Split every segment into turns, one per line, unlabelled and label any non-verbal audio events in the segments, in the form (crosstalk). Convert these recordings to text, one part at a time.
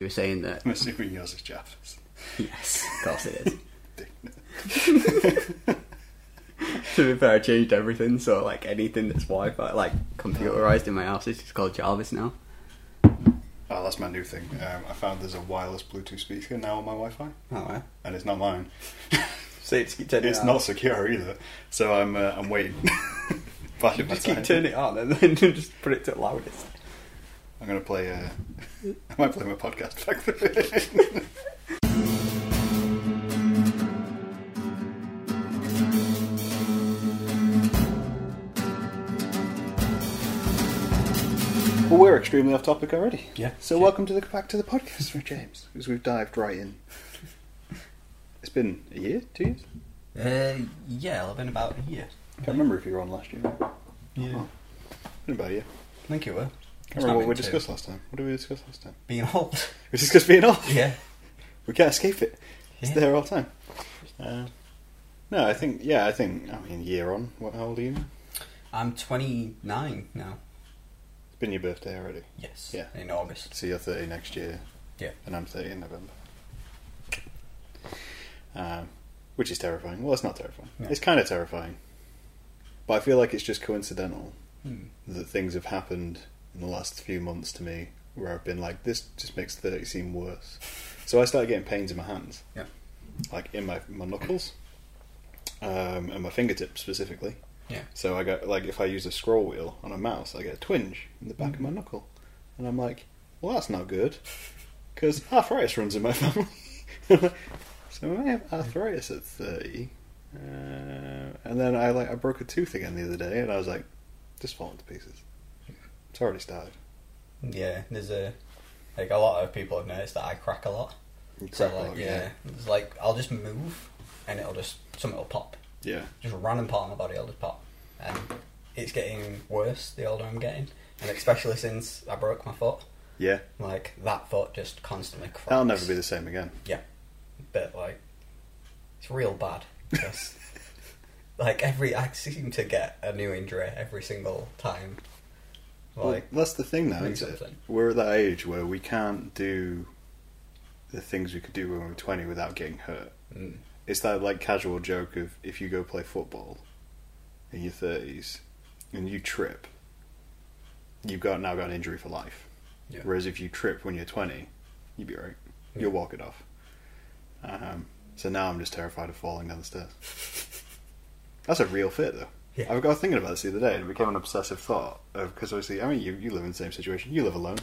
were saying that.
My secret yours is Japanese.
Yes, of course it is. (laughs) to be fair, I changed everything, so like anything that's Wi-Fi, like computerized in my house, is just called Jarvis now.
Oh, that's my new thing. Um, I found there's a wireless Bluetooth speaker now on my Wi-Fi,
Oh, wow.
and it's not mine. (laughs)
So you just keep turning
It's
it
not
on.
secure either. So I'm uh, I'm waiting. (laughs) Biding my
Just keep
time.
turning it on and then (laughs) just put it to loudest.
I'm gonna play. Uh, (laughs) I might play my podcast back there. (laughs) Well, we're extremely off topic already.
Yeah.
So welcome to the back to the podcast, with James, because we've dived right in. It's been a year, two years.
Uh, yeah, I've been about a year.
Can't remember if you were on last year.
Yeah,
Been about a year.
I think you were.
Can't remember what we discussed last time. What did we discuss last time?
Being
(laughs)
old.
We discussed being off.
Yeah.
We can't escape it. It's
Yeah.
there all the time. Uh, no, I think yeah, I think I mean year on. What how old are you? now?
I'm 29 now.
It's been your birthday already.
Yes.
Yeah.
In August.
So you're thirty next year.
Yeah.
And I'm thirty in November. Um, which is terrifying. Well, it's not terrifying.
No.
It's kind of terrifying. But I feel like it's just coincidental
Hmm.
that things have happened in the last few months to me where I've been like, this just makes thirty seem worse. So I started getting pains in my hands.
Yeah.
Like in my my knuckles. Um, and my fingertips specifically.
Yeah.
So I got like if I use a scroll wheel on a mouse, I get a twinge in the back of
Mm-hmm.
my knuckle, and I'm like, well, that's not good, because arthritis runs in my family. (laughs) so I have arthritis at thirty, uh, and then I like I broke a tooth again the other day, and I was like, just falling to pieces. It's already started.
Yeah. There's a like a lot of people have noticed that I crack a lot.
You
so
crack a
like
lot,
yeah, it's like I'll just move and it'll just something will pop.
yeah,
Just a random part of my body will just pop, and it's getting worse the older I'm getting, and especially since I broke my foot.
yeah.
Like that foot just constantly cracks.
That'll never be the same again.
But like, it's real
(laughs)
bad. 'cause, like every, I seem to get a new injury every single time. Like.
well, that's the thing now,
doing
isn't it?
something.
We're at that age where we can't do the things we could do when we were 20 without getting hurt.
Mm.
It's that like casual joke of if you go play football in your 30s and you trip, you've got now got an injury for life.
Yeah.
Whereas if you trip when you're 20, you'd be all right.
Yeah.
You'll walk it off. Um, so now I'm just terrified of falling down
(laughs)
the stairs. That's a real fear, though.
Yeah.
I got thinking about this the other day, and it became an obsessive thought. Because obviously, I mean, you, you live in the same situation. You live alone.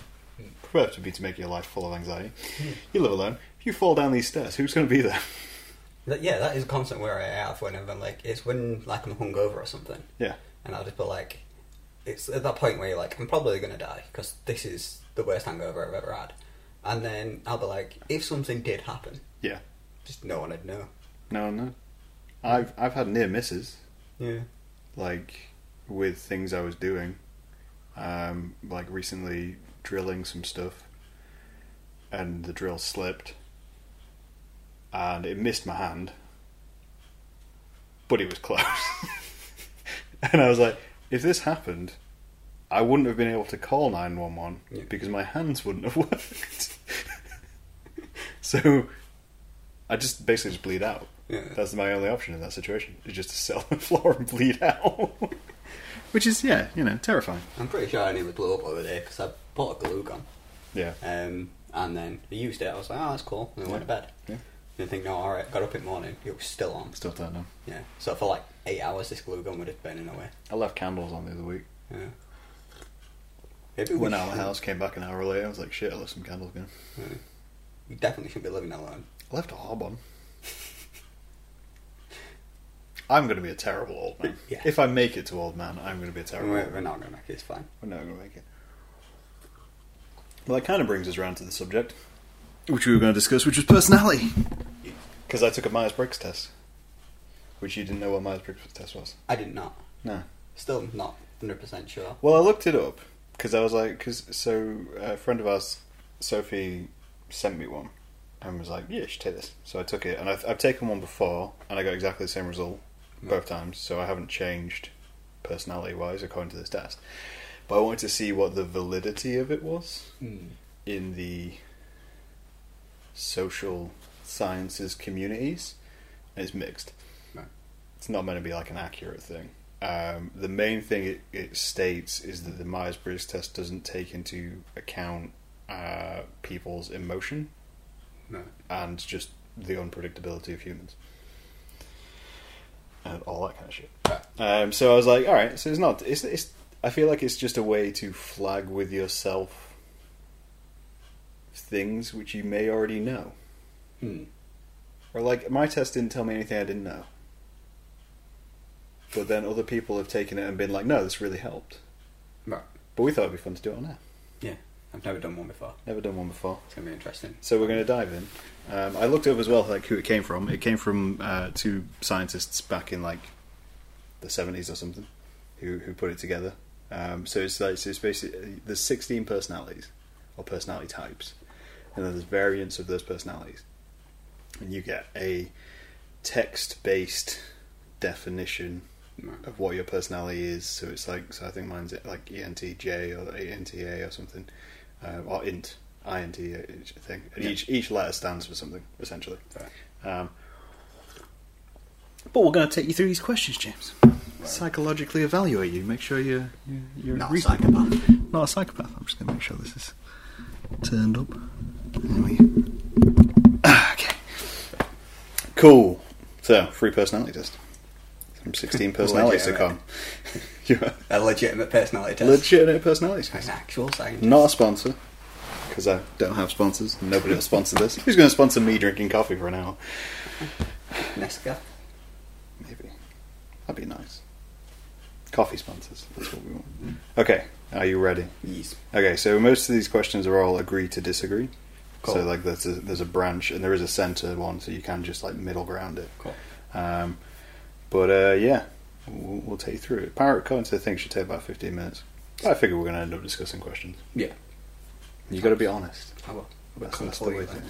Prefer to be to make your life full of anxiety. You live alone. If you fall down these stairs, who's going to be there?
That- yeah, that is a constant worry I have whenever like it's when like I'm hungover or something,
Yeah,
and I'll just be like, it's at that point where you're like, I'm probably gonna die because this is the worst hangover I've ever had, and then I'll be like, if something did happen,
Yeah.
just no one would know.
no, no. I've I've had near misses,
Yeah,
like with things I was doing, um, like recently drilling some stuff, and the drill slipped, and it missed my hand, but it was close. (laughs) and I was like, if this happened, I wouldn't have been able to call nine one one
Yeah.
because my hands wouldn't have (laughs) worked. so I just basically just bleed out.
Yeah.
That's my only option in that situation. Is just to sit on (laughs) the floor and bleed out. (laughs) Which is yeah, you know, terrifying.
I'm pretty sure I nearly blew up over there because I bought a glue gun,
Yeah.
um, and then I used it. I was like, oh, that's cool. And I went to bed.
Yeah.
Didn't think, no, all right. Got up in the morning. It was still on.
Still don't know.
Yeah. So for like eight hours, this glue gun would have burning away.
I left candles on the other week.
Yeah. Maybe we
Went out of
should-
my house, came back an hour later, I was like, shit, I left some candles going.
You definitely shouldn't be living alone.
I left a hob on. (laughs) I'm gonna be a terrible old man.
Yeah.
If I make it to old man, I'm gonna be a terrible old
We're,
man.
we're not going to. It's fine.
We're never going to make it. Well, that kind of brings us round to the subject, which we were going to discuss, which was personality. Because I took a Myers Briggs test, which you didn't know what Myers Briggs test was.
I did not.
No.
Still not 100% sure.
Well, I looked it up because I was like, because so a friend of ours, Sophie, sent me one and was like, yeah, you should take this. So I took it, and I've, I've taken one before, and I got exactly the same result both times. So I haven't changed personality wise according to this test.
Hmm.
But I wanted to see what the validity of it was in the social sciences communities, and it's mixed.
Right.
It's not meant to be like an accurate thing. Um, the main thing it, it states is that the Myers Briggs test doesn't take into account uh, people's emotion
No.
and just the unpredictability of humans and all that kind of shit. Um, so I was like, all right, so it's not. It's, it's. I feel like it's just a way to flag with yourself things which you may already know,
Hmm.
or like my test didn't tell me anything I didn't know. But then other people have taken it and been like, no, this really helped.
Right.
But we thought it'd be fun to do it on air.
I've never done one before.
Never done one before.
It's gonna be interesting.
So we're going to dive in. Um, I looked up as well, like who it came from. It came from uh, two scientists back in like the seventies or something, who who put it together. Um, so it's like so it's basically there's sixteen personalities or personality types, and then there's variants of those personalities, and you get a text-based definition
Right.
of what your personality is. So it's like, so I think mine's like E ENTJ or ANTA or something, uh, or INT, INT, I think. And
Yeah.
each each letter stands for something essentially.
Fair.
Um, but we're going to take you through these questions, James. Psychologically evaluate you. Make sure you're you're, you're
Not a
reasonable.
psychopath.
Not a psychopath. I'm just going to make sure this is turned up. Anyway. (clears throat) okay. Cool. So, free personality test.
(laughs)
From 16 personalities to come. (laughs) You're
A legitimate personality test.
legitimate personality
An
test.
actual scientist.
Not a sponsor. Because I don't have sponsors. Nobody will sponsor this. Who's going to sponsor me drinking coffee for an hour?
Nesca.
Maybe. That'd be nice. Coffee sponsors. That's what we want. Okay. Are you ready?
Yes.
Okay, so most of these questions are all agree to disagree.
Cool.
So like there's a, there's a branch and there is a centre one, so you can just like middle ground it.
Cool.
Um, but uh, yeah, we'll, we'll take you through it. Pirate Coins, I think, should take about 15 minutes. But I figure we're going to end up discussing questions.
Yeah.
you got to be honest.
I will.
That's,
Cool.
that's the way
Cool.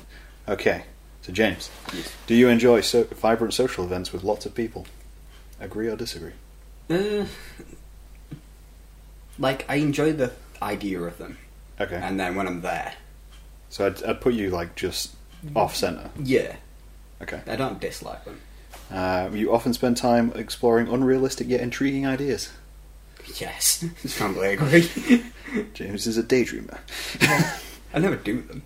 to Okay, so James,
Yes.
do you enjoy so- vibrant social events with lots of people? Agree or disagree?
Uh, like I enjoy the idea of them,
Okay,
and then when I'm there,
so I'd, I'd put you like just off centre.
yeah,
Okay.
I don't dislike them.
Uh, you often spend time exploring unrealistic yet intriguing ideas.
(laughs) Yes, strongly agree.
James is a daydreamer.
(laughs)
(laughs)
I never do (laughs) them.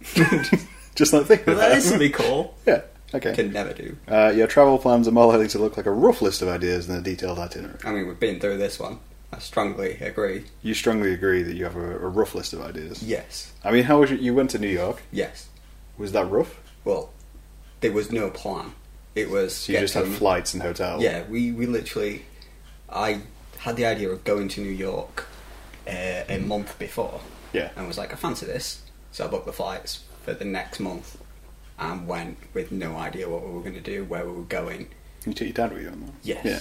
Just not thinking
but
about
that is
it.
something cool.
Yeah, okay.
(laughs) Can never do.
Uh, your travel plans are more likely to look like a rough list of ideas than a detailed itinerary.
I mean, we've been through this one. I strongly agree.
You strongly agree that you have a, a rough list of ideas.
Yes,
I mean, how was it? You went to New York.
yes.
Was that rough?
Well, there was no plan. It was
So you
get
just had
to-
flights and hotels.
um, Yeah, we, we literally. I had the idea of going to New York uh, a month before
Mm. Yeah.
and was like, I fancy this. So I booked the flights for the next month and went with no idea what we were going to do, where we were going.
You took your dad with you on that?
Yes.
Yeah.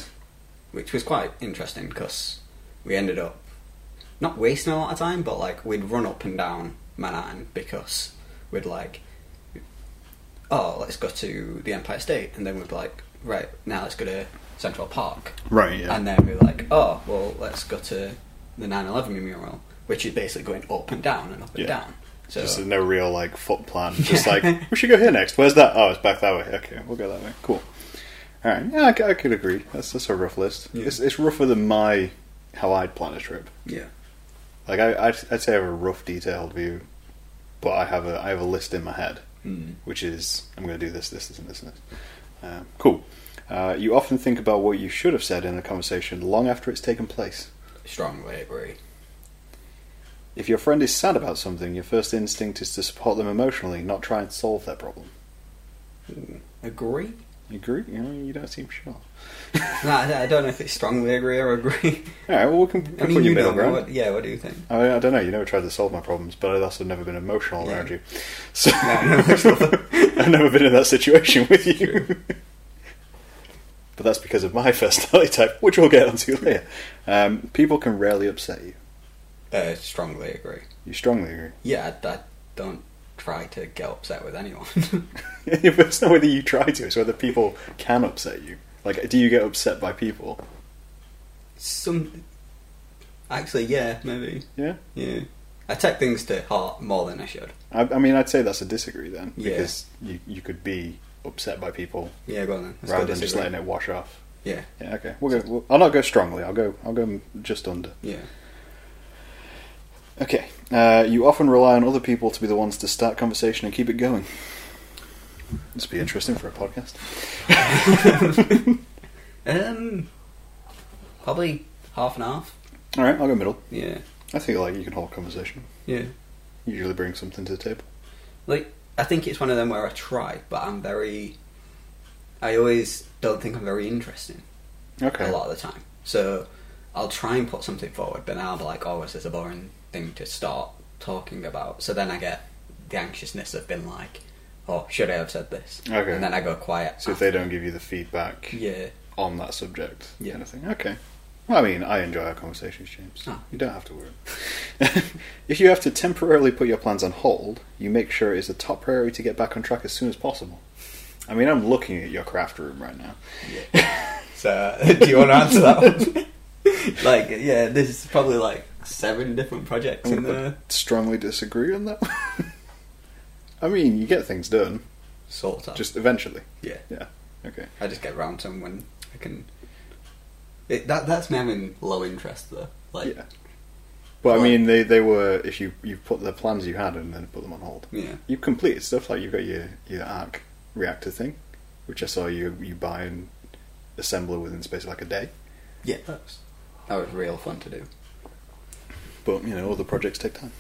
Which was quite interesting because we ended up not wasting a lot of time, but like we'd run up and down Manhattan because we'd like, oh, let's go to the Empire State. And then we'd be like, right, now let's go to Central Park.
Right, yeah.
And then we were like, oh, well, let's go to the 9 11 memorial, which is basically going up and down and up and
Yeah.
down. So,
Just no real like
(laughs)
foot plan. Just like we should go here next. Where's that? Oh, it's back that way. Okay, we'll go that way. Cool. All right. Yeah, I, c- I could agree. That's that's a rough list.
Yeah.
It's, it's rougher than my how I'd plan a trip.
yeah.
Like I I'd, I'd say I have a rough detailed view, but I have a I have a list in my head,
Hmm.
which is I'm going to do this, this, this, and this, and this. Um, cool. Uh, you often think about what you should have said in a conversation long after it's taken place.
Strongly agree.
If your friend is sad about something, your first instinct is to support them emotionally, not try and solve their problem.
Agree?
You agree? You, know, you don't seem sure.
No, I I don't know if it's strongly agree or agree.
(laughs)
(laughs)
All right, well, we can, we can
I mean,
put
you
you middle
know,
ground.
what, yeah, what do you think?
I, mean, I don't know. You never tried to solve my problems, but I've also never been emotional
Yeah. (laughs)
around you. So (laughs)
No, no.
I've never been in that situation with you. (laughs) but that's because of my (laughs) personality type, which we'll get onto later. Um, people can rarely upset you.
Uh, strongly agree.
You strongly agree. (laughs)
Yeah, I, I don't try to get upset with anyone.
(laughs)
but it's not whether you try to; it's whether people can upset you. Like, do you get upset by people?
Some. Actually, yeah, maybe.
Yeah.
Yeah.
I take things to heart more than I should.
I, I mean, I'd say that's a disagree then,
Yeah.
because you, you could be upset by people
Yeah, go on then. Let's go
rather than just
disagree.
letting it wash off.
Yeah,
Yeah, okay. We'll go. We'll, I'll not go strongly. I'll go. I'll go just under.
yeah.
Okay. Uh, you often rely on other people to be the ones to start conversation and keep it going. This would be interesting for a podcast.
(laughs) Um, probably half and half.
All right, I'll go middle.
Yeah,
I think like you can hold conversation.
yeah.
Usually bring something to the table.
Like, I think it's one of them where I try, but I'm very. I always don't think I'm very interesting
Okay.
a lot of the time. So I'll try and put something forward, but now I'm like, oh, this is a boring thing to start talking about. So then I get the anxiousness of being like, oh, should I have said this?
Okay.
And then I go quiet.
So if they don't give you the feedback
Yeah,
on that subject,
Yeah.
kind of thing. Okay. Well, I mean, I enjoy our conversations, James.
Ah.
You don't have to worry. (laughs) if you have to temporarily put your plans on hold, you make sure it is a top priority to get back on track as soon as possible. I mean, I'm looking at your craft room right now. (laughs)
So, do you want to answer that one? (laughs) like, yeah, there's probably like seven different projects in there.
Strongly disagree on that. one. (laughs) I mean, you get things done,
Sort of.
just eventually.
Oh. yeah,
Yeah. Okay.
I just get round to them when I can. It, that that's me having low interest though. Like,
yeah. But I
Well-
mean, they, they were if you you put the plans you had and then put them on hold.
yeah,
You've completed stuff like you've got your your arc reactor thing, which I saw you you buy and assembler within space like a day.
yeah. That was, that was real fun to do.
But you know, other projects take time.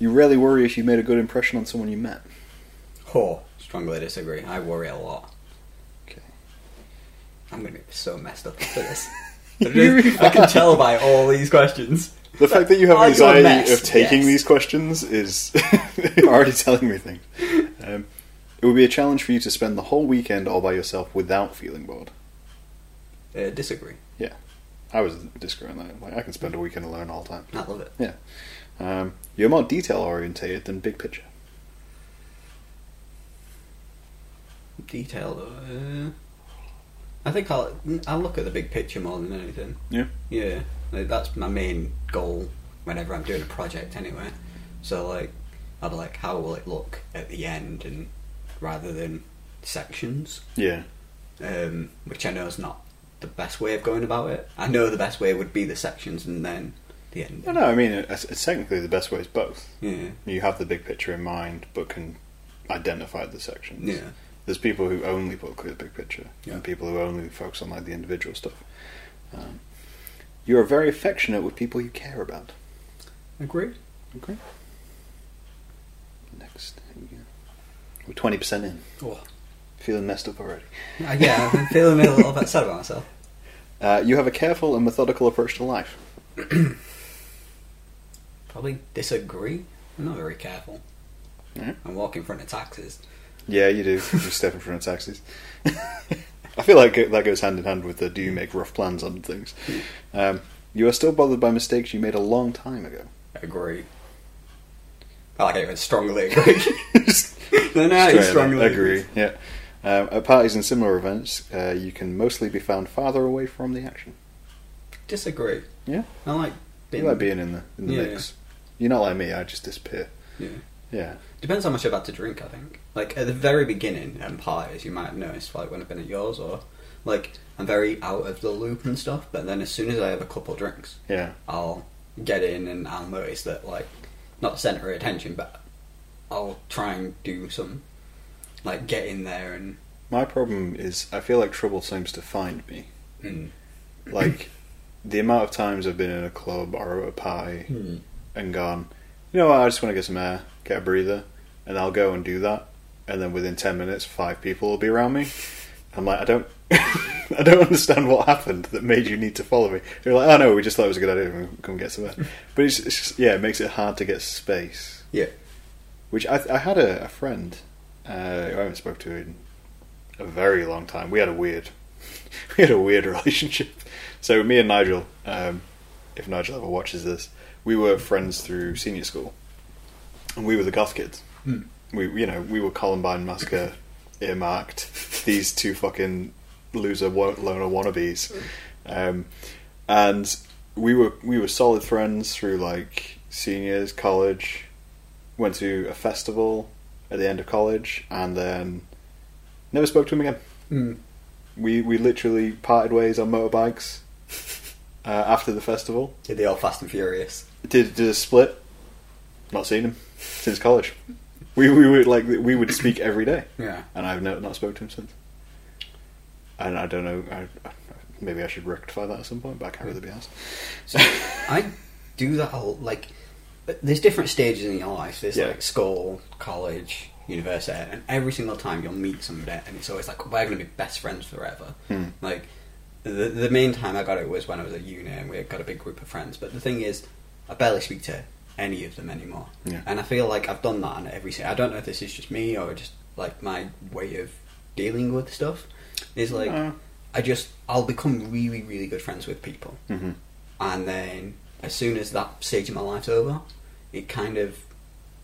You rarely worry if you made a good impression on someone you met.
Oh, strongly disagree. I worry a lot.
Okay.
I'm gonna be so messed up for
(laughs)
this.
You'll
(laughs)
be
I can
fine.
tell by all these questions.
The fact that you have
Are you a
anxiety
mess?
of taking
Yes.
these questions is (laughs) already telling me things. Um, it would be a challenge for you to spend the whole weekend all by yourself without feeling bored.
Uh, disagree.
I was disagreeing on that. Like, I can spend a weekend alone all the time.
I love it.
Um, you're more detail orientated than big picture.
detailed. Uh, I think I'll I'll look at the big picture more than anything.
Yeah.
Yeah, like, that's my main goal whenever I'm doing a project anyway. So like, I'll be like, how will it look at the end, and rather than sections,
Yeah.
um, which I know is not the best way of going about it. I know the best way would be the sections and then the end.
No, no. I mean, it's, it's technically the best way is both.
Yeah,
You have the big picture in mind, but can identify the sections.
yeah,
There's people who only look at the big picture,
Yeah.
and people who only focus on like the individual stuff. Um, you are very affectionate with people you care about.
agree.
Okay. Next, here we go. We're twenty percent in.
Oh.
Feeling messed up already.
Uh, yeah, I'm feeling a little bit sad about myself.
Uh, you have a careful and methodical approach to life.
Probably disagree. I'm not very careful.
Yeah.
I walk in front of taxis.
Yeah, you do. You step in front of taxis. (laughs) I feel like that goes hand in hand with the do you make rough plans on things. Um, you are still bothered by mistakes you made a long time ago. (laughs)
Agree. I like it even strongly agree. (laughs)
Just
no, no,
straight
you
up,
strongly
agree. Yeah. Um, at parties and similar events, uh, you can mostly be found farther away from the action.
Disagree.
Yeah.
I like
You
being.
like being in the in the
Yeah.
mix. You're not like me. I just disappear.
Yeah.
Yeah.
Depends how much I've had to drink, I think. Like, at the very beginning, and parties, you might have noticed, like, when I've been at yours, or, like, I'm very out of the loop and stuff, but then as soon as I have a couple drinks,
Yeah.
I'll get in and I'll notice that, like, not centre of attention, but I'll try and do some, like, get in there and.
My problem is I feel like trouble seems to find me.
Mm.
Like the amount of times I've been in a club or at a party and gone, you know what, I just want to get some air, get a breather, and I'll go and do that. And then within 10 minutes, five people will be around me. I'm like, I don't. (laughs) I don't understand what happened that made you need to follow me. You're like, oh no, we just thought it was a good idea. We'll come get some air. But it's, it's just, yeah, it makes it hard to get space.
Yeah.
Which I, I had a, a friend uh, who I haven't spoke to in a very long time. We had a weird, (laughs) we had a weird (laughs) relationship. So me and Nigel, um, if Nigel ever watches this, we were friends through senior school, and we were the goth kids.
Hmm.
We, you know, we were Columbine massacre (laughs) earmarked. (laughs) These two fucking loser wo- loner wannabes, um, and we were we were solid friends through like seniors, college, went to a festival at the end of college, and then never spoke to him again.
Mm.
We we literally parted ways on motorbikes (laughs) uh, after the festival.
Did they all Fast and Furious?
Did, did a split. Not seen him since college. We we would like we would speak every day,
Yeah.
and I've no, not spoken to him since. And I don't know. I, I- maybe I should rectify that at some point, but I can't really be asked.
So I do that a l- like. There's different stages in your life. There's
Yeah.
like school, college, university, and every single time you'll meet somebody, and it's always like we're going to be best friends forever.
Hmm.
Like the the main time I got it was when I was at uni, and we had got a big group of friends. But the thing is, I barely speak to any of them anymore,
Yeah.
and I feel like I've done that on every. si- I don't know if this is just me or just like my way of dealing with stuff. Is like
No.
I just I'll become really really good friends with people
Mhm.
and then as soon as that stage of my life's over, it kind of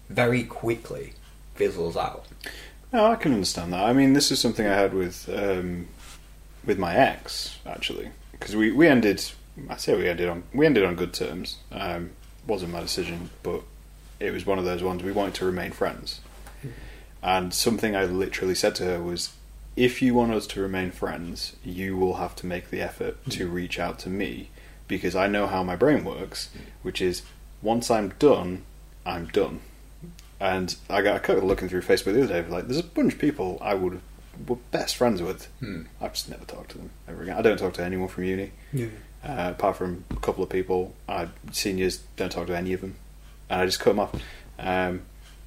very quickly fizzles out.
No, I can understand that. I mean, this is something I had with um, with my ex actually, because we, we ended. I say we ended on we ended on good terms. Um, wasn't my decision, but it was one of those ones we wanted to remain friends. And something I literally said to her was, "If you want us to remain friends, you will have to make the effort to reach out to me, because I know how my brain works, which is once I'm done, I'm done." And I got I got looking through Facebook the other day. Like, there's a bunch of people I would were best friends with.
Hmm.
I've just never talked to them ever again. I don't talk to anyone from uni,
Yeah.
uh, apart from a couple of people. I seniors don't talk to any of them, and I just cut them off. Um,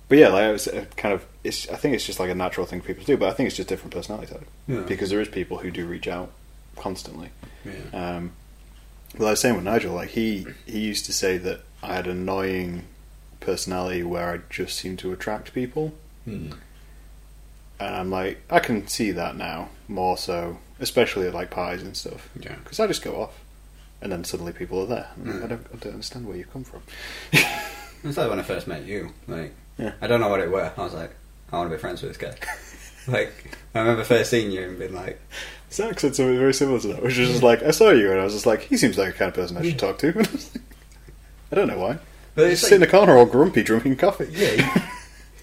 but yeah, like it's uh, kind of. It's I think it's just like a natural thing for people to do, but I think it's just different personality type
Yeah.
because there is people who do reach out constantly. Um, well, I was saying with Nigel, like he he used to say that I had an annoying personality where I just seemed to attract people,
Hmm.
and I'm like, I can see that now more so, especially at like parties and stuff,
Yeah.
because I just go off, and then suddenly people are there. I'm like,
Mm.
I don't I don't understand where you've come from. (laughs)
It's like when I first met you. Like
Yeah.
I don't know what it were. I was like, I want to be friends with this guy. like I remember first seeing you and being like,
Zach said something very similar to that, which was just like, I saw you, and I was just like, he seems like a kind of person I should talk to. (laughs) And I, was like, I don't know why.
but
Just sit in the corner all grumpy drinking coffee.
yeah. you-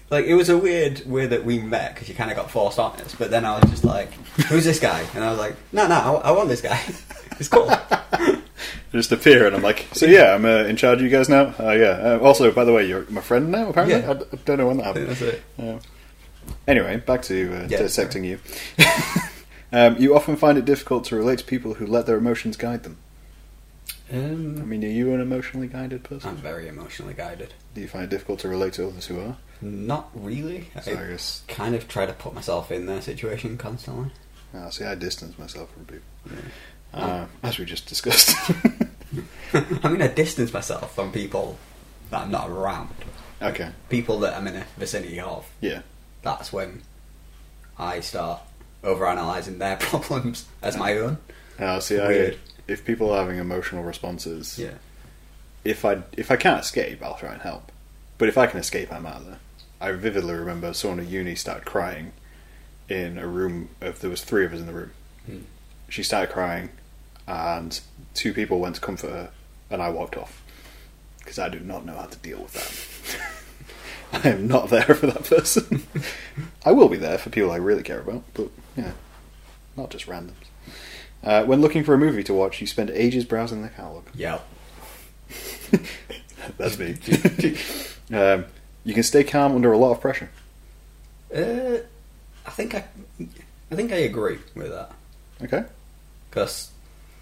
Like it was a weird way that we met because you kind of got forced on us. But then I was just like, "Who's this guy?" And I was like, "No, no, I, I want this guy. (laughs) It's cool."
I (laughs) just appear and I'm like, so yeah, I'm uh, in charge of you guys now. Uh, yeah. Uh, also, by the way, you're my friend now. Apparently,
Yeah.
I, d- I don't know when that
I think
happened.
that's it.
Uh, anyway, back to uh,
Yeah,
dissecting you. (laughs) um, you often find it difficult to relate to people who let their emotions guide them. I
Um,
mean, are you an emotionally guided person?
I'm very emotionally guided.
Do you find it difficult to relate to others who are?
Not really.
So I
I
guess.
kind of try to put myself in their situation constantly. (laughs)
ah, see, I distance myself from people,
Yeah.
uh, as we just discussed. (laughs)
I'm going to distance myself from people that I'm not around.
okay.
People that I'm in a vicinity of.
Yeah.
That's when I start overanalyzing their (laughs) problems as my own.
Uh, see, I,
Weird.
if people are having emotional responses,
Yeah.
if I if I can't escape, I'll try and help. But if I can escape, I'm out of there. I vividly remember someone at uni started crying in a room. Of there was three of us in the room.
Hmm.
She started crying, and two people went to comfort her, and I walked off because I do not know how to deal with that. (laughs) I am not there for that person. (laughs) I will be there for people I really care about, but yeah, not just randoms. Uh, when looking for a movie to watch, you spend ages browsing the catalog.
Yeah.
(laughs) That's me. (laughs) um, you can stay calm under a lot of pressure.
Uh, I think I, I think I agree with that
Okay,
because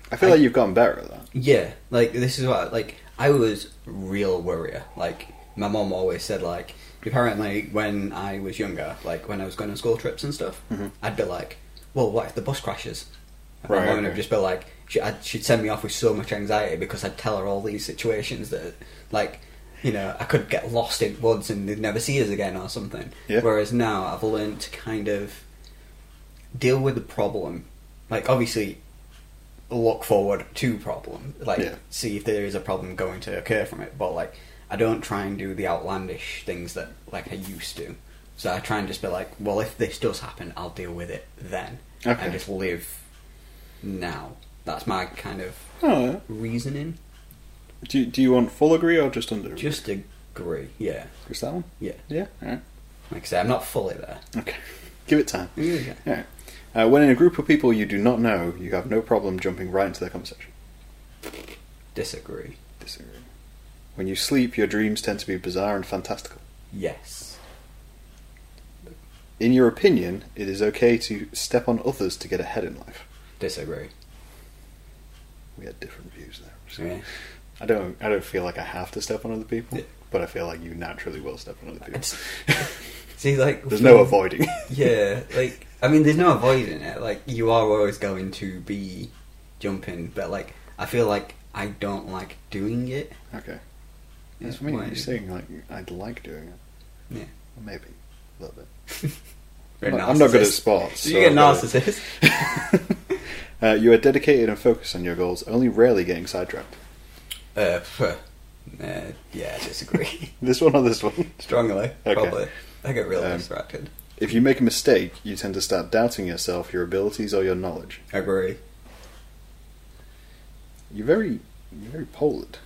I feel
I-
like you've gotten better at that.
Yeah, like this is what like I was real worrier. Like my mom always said, like apparently when I was younger, like when I was going on school trips and stuff,
Mhm.
I'd be like, "Well, what if the bus crashes?" And
Right,
my mom
okay.
would just be like, she, I'd, she'd send me off with so much anxiety because I'd tell her all these situations that, like, you know, I could get lost in woods and they'd never see us again or something.
Yeah.
Whereas now I've learned to kind of deal with the problem. Like, obviously, look forward to problem. Like,
Yeah.
see if there is a problem going to occur from it. But like, I don't try and do the outlandish things that like I used to. So I try and just be like, well, if this does happen, I'll deal with it then,
Okay.
and just live now. That's my kind of
Oh,
reasoning.
Do you, do you want full agree or just under? agree?
Just agree. Yeah.
Just that one?
Yeah.
Yeah? Alright.
Like I say, I'm not fully there.
Okay. Give it time.
Yeah.
Alright. Uh, when in a group of people you do not know, you have no problem jumping right into their conversation.
Disagree.
Disagree. When you sleep, your dreams tend to be bizarre and fantastical.
Yes.
In your opinion, it is okay to step on others to get ahead in life.
Disagree.
We had different views there. So-
Yeah.
I don't. I don't feel like I have to step on other people,
Yeah.
but I feel like you naturally will step on other people.
It's- See, like
(laughs) There's no avoiding. (laughs)
Yeah, like I mean, there's no avoiding it. Like you are always going to be jumping, but like I feel like I don't like doing it.
Okay. That's
It's
me.
weird.
You're saying like I'd like doing it.
Yeah.
Well, maybe a little bit.
You're a
I'm not- I'm not good at
narcissist.
sports, so
You're a
I've got it.
narcissist.
(laughs) uh, you are dedicated and focused on your goals, only rarely getting sidetracked.
Uh, pff, uh, yeah, I disagree (laughs)
This one or this one.
strongly.
Okay.
Probably, I get really
Um,
distracted.
If you make a mistake, you tend to start doubting yourself, your abilities, or your knowledge.
Agree.
You're very, you're very polled.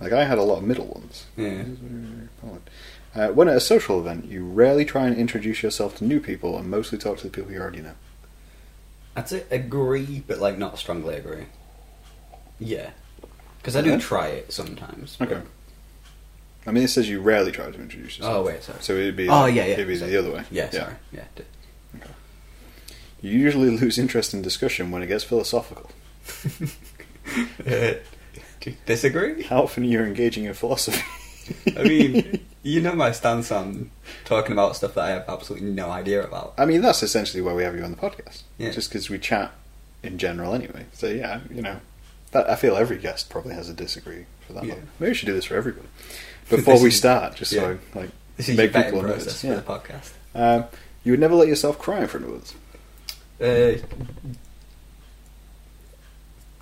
Like I had a lot of middle ones.
Yeah.
It is very, very polled. Uh, when at a social event, you rarely try and introduce yourself to new people and mostly talk to the people you already know.
I'd say agree, but like not strongly agree. Yeah, because I do
Okay.
try it sometimes. but-
Okay. I mean, it says you rarely try to introduce yourself.
Oh wait, sorry.
So it'd be
Oh yeah, yeah.
it'd be
sorry.
the other way.
Yeah, sorry. Yeah. d-
You usually lose interest in discussion when it gets philosophical.
Uh, d- (laughs) disagree?
How often are you engaging in philosophy?
I
(laughs)
mean, you know my stance on talking about stuff that I have absolutely no idea about.
I mean, that's essentially why we have you on the podcast.
Yeah.
Just because we chat in general anyway. So, yeah, you know, that, I feel every guest probably has a disagree for that
Yeah.
one. Maybe we should do this for
(laughs)
everybody. Before we
is-
start, just
yeah.
so, I, like,
This is
make
your
people
vetting
nervous,
process for
yeah.
the podcast.
um, you would never let yourself cry in front of others.
Uh,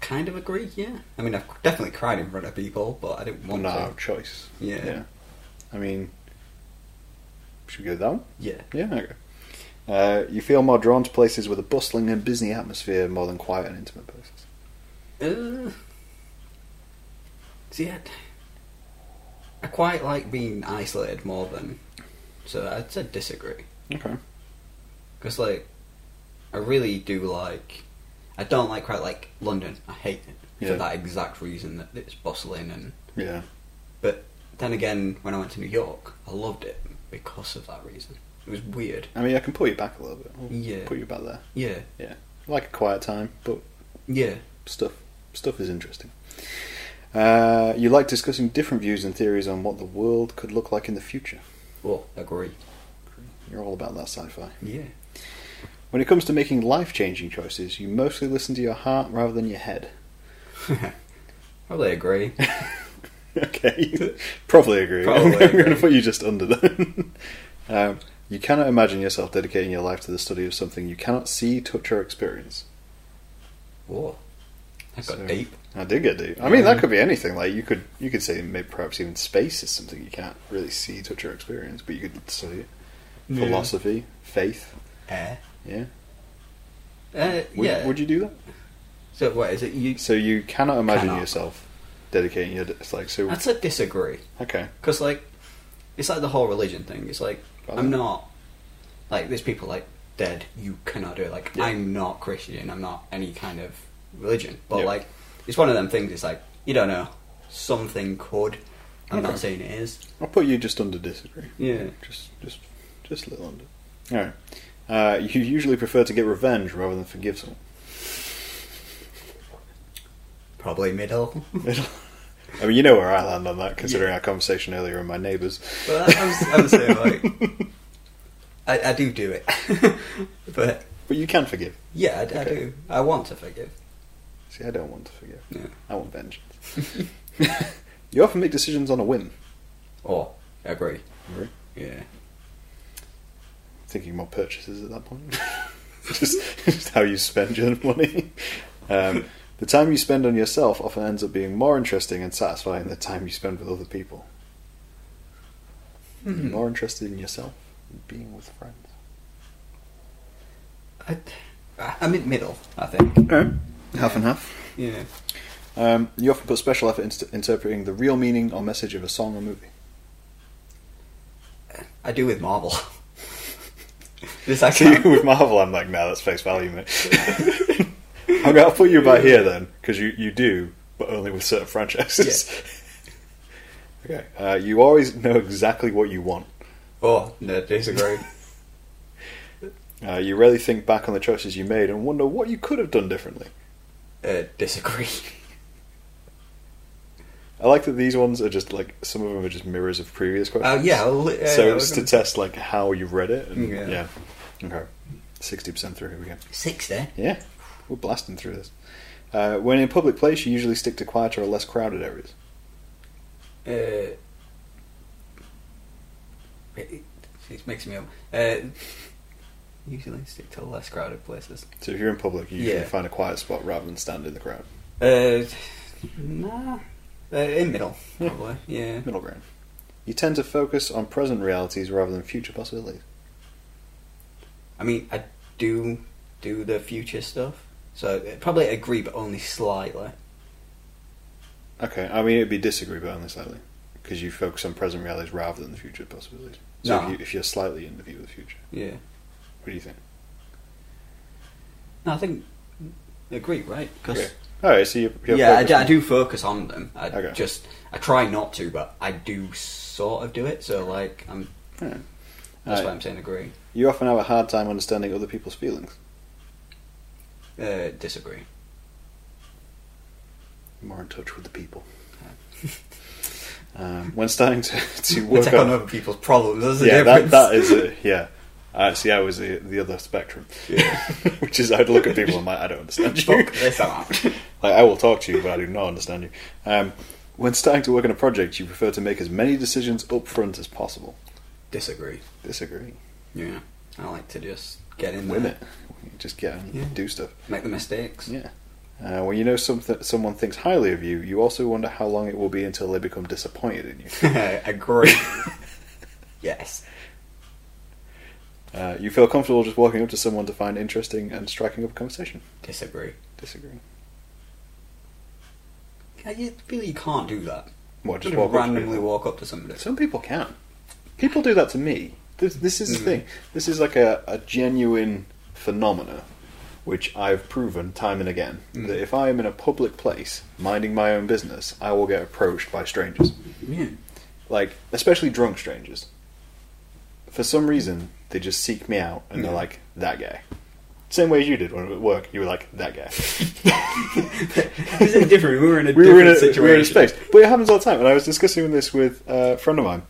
kind of agree, yeah. I mean, I've definitely cried in front of people, but I didn't
Well,
want
no
to.
choice.
Yeah.
I mean, should we go with that one?
Yeah.
Yeah, okay. Uh, you feel more drawn to places with a bustling and busy atmosphere more than quiet and intimate places.
Uh, see, I, I quite like being isolated more than. So I'd say disagree.
Okay.
Because, like, I really do like. I don't like quite like London. I hate it
Yeah.
for that exact reason that it's bustling. And
Yeah.
but then again, when I went to New York, I loved it because of that reason. It was weird.
I mean, I can pull you back a little bit. I'll
Yeah.
Put you back there.
Yeah,
Like a quiet time, but
yeah,
stuff stuff is interesting. Uh, you like discussing different views and theories on what the world could look like in the future.
well, agree.
You're all about that sci-fi.
Yeah,
When it comes to making life-changing choices, you mostly listen to your heart rather than your head. (laughs)
probably agree.
okay, (laughs) you probably agree.
Probably
(laughs) I'm going
agree.
to put you just under then. (laughs) um, you cannot imagine yourself dedicating your life to the study of something you cannot see, touch, or experience.
Whoa, I got
So-
deep.
I did get deep. I mean, that
Yeah.
could be anything. Like you could, you could say maybe perhaps even space is something you can't really see, touch, or experience, but you could study it. philosophy, faith.
Air.
Yeah.
Uh,
Would,
yeah.
would you do that?
So what is it? You?
So you cannot imagine
Cannot.
yourself dedicating your it's like so.
I'd say disagree.
okay.
Because, like, it's like the whole religion thing. It's like,
Right.
I'm not. Like, there's people like dead, you cannot do it. Like,
Yeah.
I'm not Christian, I'm not any kind of religion. But,
Yeah.
like, it's one of them things. It's like, you don't know. Something could. I'm
Okay.
not saying it is.
I'll put you just under disagree.
Yeah.
Just, just, just a little under. All right. Uh, you usually prefer to get revenge rather than forgive
(laughs)
someone. (laughs)
Probably middle. (laughs)
I mean, you know where I land on that, considering our conversation earlier and my neighbours.
Well, I was- I was saying,
(laughs)
like- I, I do do it. (laughs) but,
But you can forgive.
yeah, I, I
Okay.
do. I want to forgive.
See, I don't want to forgive.
Yeah.
I want vengeance. (laughs) you often make decisions on a whim.
Or, agree.
Agree.
Yeah.
Thinking more purchases at that point. (laughs) just, (laughs) just how you spend your money. Um, the time you spend on yourself often ends up being more interesting and satisfying than the time you spend with other people. (clears throat)
(laughs)
You're
Hmm.
more interested in yourself than being with friends.
I, I'm in middle, I think.
Okay. Half and half.
Yeah.
Um, you often put special effort into interpreting the real meaning or message of a song or (laughs) movie.
I do with Marvel. (laughs) this I
See,
can't.
with Marvel, I'm like, nah, that's face value, mate. (laughs) okay, I'll put you right here then, because you, you do, but only with certain franchises. (laughs) okay, uh, you always know exactly what you want.
(laughs) Oh, no, disagree.
Uh, you rarely think back on the choices you made and wonder what you could have done differently.
uh, disagree.
I like that these ones are just like some of them are just mirrors of previous
Uh,
questions.
yeah, I'll, li- uh,
so
I was
it's to
gonna-
test like how you've read it. And,
Yeah.
yeah. Okay. Sixty percent through. Here we go.
60?
Yeah, we're blasting through this. Uh, when in a public place, you usually stick to quieter or less crowded areas.
Uh, it, it's mixing me up. Uh, usually stick to less crowded places.
So if you're in public, you usually
Yeah.
find a quiet spot rather than stand in the crowd.
Uh, nah. Uh, in middle,
(laughs)
probably. Yeah.
Middle ground. You tend to focus on present realities rather than future possibilities.
I mean, I do do the future stuff. So uh, probably agree, but only slightly.
Okay, I mean it'd be disagree, but only slightly, because you focus on present realities rather than future possibilities. So
No.
if, you, if you're slightly in the view of the future,
Yeah.
what do you think?
No, I think agree, right? 'Cause-
Okay. All right, Oh, so you're, you're
yeah, I
focused
do, I
on-
do focus on them. I
Okay.
just I try not to, but I do sort of do it. So like, I'm
Yeah.
that's
Right.
why I'm saying agree.
You often have a hard time understanding other people's feelings.
Uh, disagree.
You're more in touch with the people. um, when starting to, (laughs) to
We
work
take on
on,
other people's problems. That's the
yeah, that,
difference.
that is it. Yeah, uh, see, I was the, the other spectrum, (laughs)
(laughs)
which is I'd look at people and I'm like, I don't understand you.
Fuck this out.
Like, I will talk to you, but I do not understand you. Um, when starting to work on a project, you prefer to make as many decisions up front as possible.
Disagree.
Disagree.
Yeah, I like to just get in
Win
there,
it. (laughs) Just get and
Yeah.
do stuff.
make the mistakes. (laughs)
Yeah. Uh, when you know something, someone thinks highly of you, you also wonder how long it will be until they become disappointed in you.
agree. yes.
Uh, you feel comfortable just walking up to someone to find interesting and striking up a conversation.
Disagree.
Disagree.
I you feel you can't do that.
What? Just
Just
walk up
randomly
to people?
walk up to somebody.
Some people can. People do that to me. This, this is the
Mhm.
thing. This is like a, a genuine phenomena, which I've proven time and again
Mhm.
that if I am in a public place minding my own business, I will get approached by strangers.
Yeah.
like especially drunk strangers. For some reason, they just seek me out and they're
Yeah.
like that guy. Same way as you did when we were at work, you were like that guy.
this is different. We were in a
We
different
were in a
situation.
we were in a space, but it happens all the time. And I was discussing this with a friend of mine.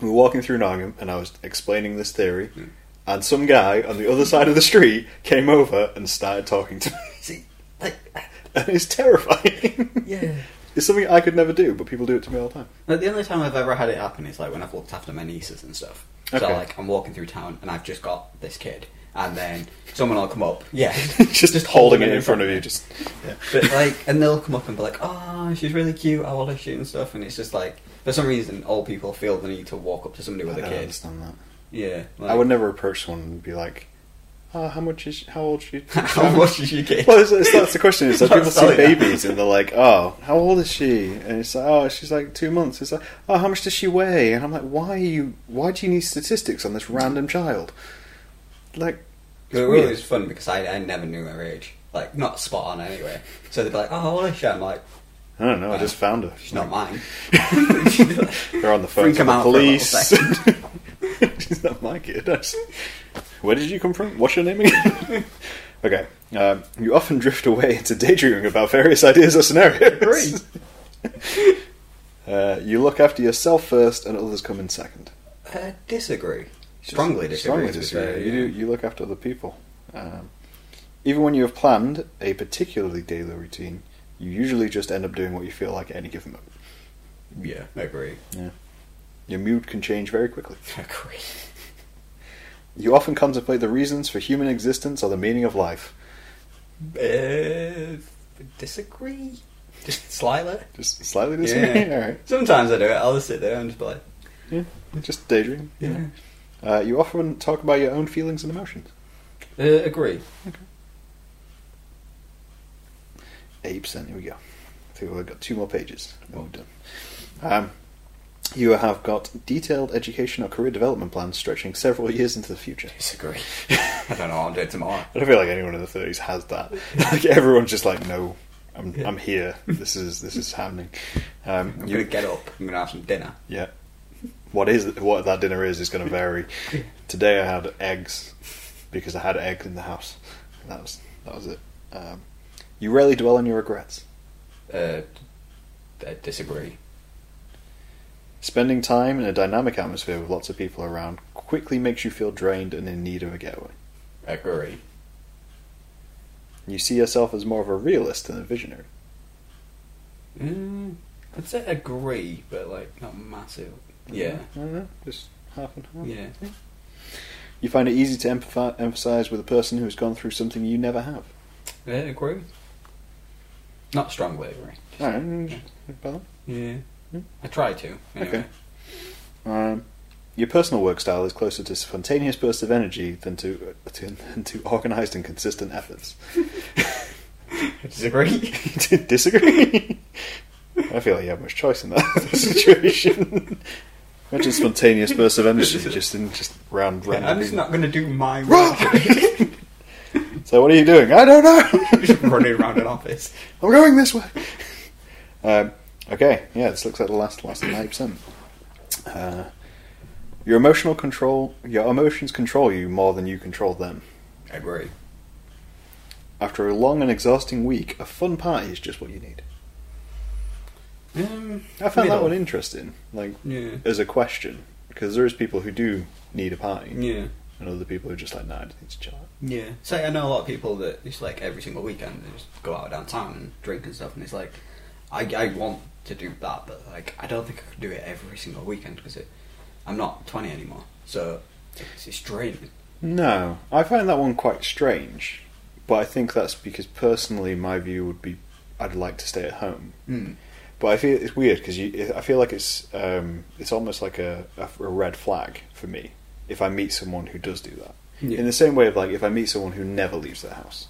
We were walking through Nottingham, and I was explaining this theory. And some guy on the other side of the street came over and started talking to me. (laughs)
See, like,
And it's terrifying.
yeah.
(laughs) It's something I could never do, but people do it to me all the time. (laughs)
Like, the only time I've ever had it happen is like when I've looked after my nieces and stuff. So
Okay.
like I'm walking through town and I've just got this kid, and then someone will come up. Yeah,
(laughs) just, holding it in front of you, just
But like, and they'll come up and be like, "Oh, she's really cute. I want her shoot and stuff." And it's just like, for some reason, all people feel the need to walk up to somebody with
I
a
don't
kid.
understand that.
Yeah, like,
Uh-huh. I would never approach someone and be like, oh, "How much is? How old is (laughs) she?"
How much is your kid?
Well, it's, it's, (laughs) that's the question. It's like
Not
people see
selling that.
babies and they're like, "Oh, how old is she?" And it's like, "Oh, she's like two months." It's like, "Oh, how much does she weigh?" And I'm like, "Why are you? Why do you need statistics on this random child?" Like,
It
it's
was
weird.
always fun because I, I never knew her age. Like, not spot on anyway. So they'd be like, oh, how old is she? I'm like,
I don't know. I just found her.
she's not (laughs) mine.
They're on the phone
Freak
to
'em
the
out for a little
police.
(laughs) second.
(laughs) She's not my kid. I just- Where did you come from? What's your name again? (laughs) okay. Um, you often drift away into daydreaming about various ideas or scenarios. (laughs) uh, you look after yourself first, and others come in second.
uh, disagree. Strongly disagree.
Strongly
to be
disagree.
fair,
You
yeah.
do. You look after other people. Um, even when you have planned a particularly daily routine, you usually just end up doing what you feel like at any given moment.
Yeah, I agree.
Your mood can change very quickly.
agree.
You often contemplate the reasons for human existence or the meaning of life.
Uh, disagree? Just slightly?
Just slightly disagree.
(laughs)
(laughs)
Yeah.
All right.
Sometimes I do it. I'll just sit there and just be like,
Just daydream.
yeah.
Uh, you often talk about your own feelings and emotions.
Uh, agree.
Eight percent. Here we go. think we've got two more pages. Then we're done. Um, you have got detailed education or career development plans stretching several years into the future.
Disagree. (laughs) I don't know. I'll do it tomorrow.
I don't feel like anyone in the thirties has that. (laughs) like everyone's just like, no, I'm
Yeah.
I'm here. This is this is happening. Um,
I'm
you-
gonna get up. I'm gonna have some dinner.
yeah. What is what that dinner is is going to vary. Today I had eggs because I had eggs in the house. That was that was it. Um, you rarely dwell on your regrets.
Uh, I disagree.
Spending time in a dynamic atmosphere with lots of people around quickly makes you feel drained and in need of a getaway.
Agree.
You see yourself as more of a realist than a visionary.
Mm, I'd say agree, but like not massive. Yeah.
I don't know, just half and half.
Yeah.
You find it easy to empathize, emphasize with a person who has gone through something you never have.
Yeah, agree. Not strongly agree.
All right. mm, well,
Yeah.
Hmm?
I try to. Anyway.
Okay. Um, your personal work style is closer to spontaneous bursts of energy than to, to than to organized and consistent efforts.
(laughs) Disagree.
Disagree. I feel like you have much choice in that (laughs) situation. Imagine spontaneous bursts of energy just in just round round.
I'm just not going to do (laughs) my work.
Right. (laughs) so what are you doing? I
(laughs)
don't
Just
know.
running around an office.
I'm going this way. (laughs) Um, okay, yeah, this looks like the last last ninety percent. Uh, your emotional control, your emotions control you more than you control them.
Agree.
After a long and exhausting week, a fun party is just what you need.
Um,
I found that
middle.
one interesting, like
Yeah.
as a question, because there is people who do need a party,
Yeah.
and other people who are just like, nah, I just need to chill out.
Yeah. So I know a lot of people that it's like every single weekend they just go out downtown and drink and stuff, and it's like, I, I want to do that, but like I don't think I could do it every single weekend because I'm not 20 anymore, so it's, it's draining.
No, I find that one quite strange, but I think that's because personally, my view would be, I'd like to stay at home.
Mm.
But I feel it's weird because I feel like it's um, it's almost like a, a, a red flag for me if I meet someone who does do that.
Yeah.
In the same way of like if I meet someone who never leaves their house,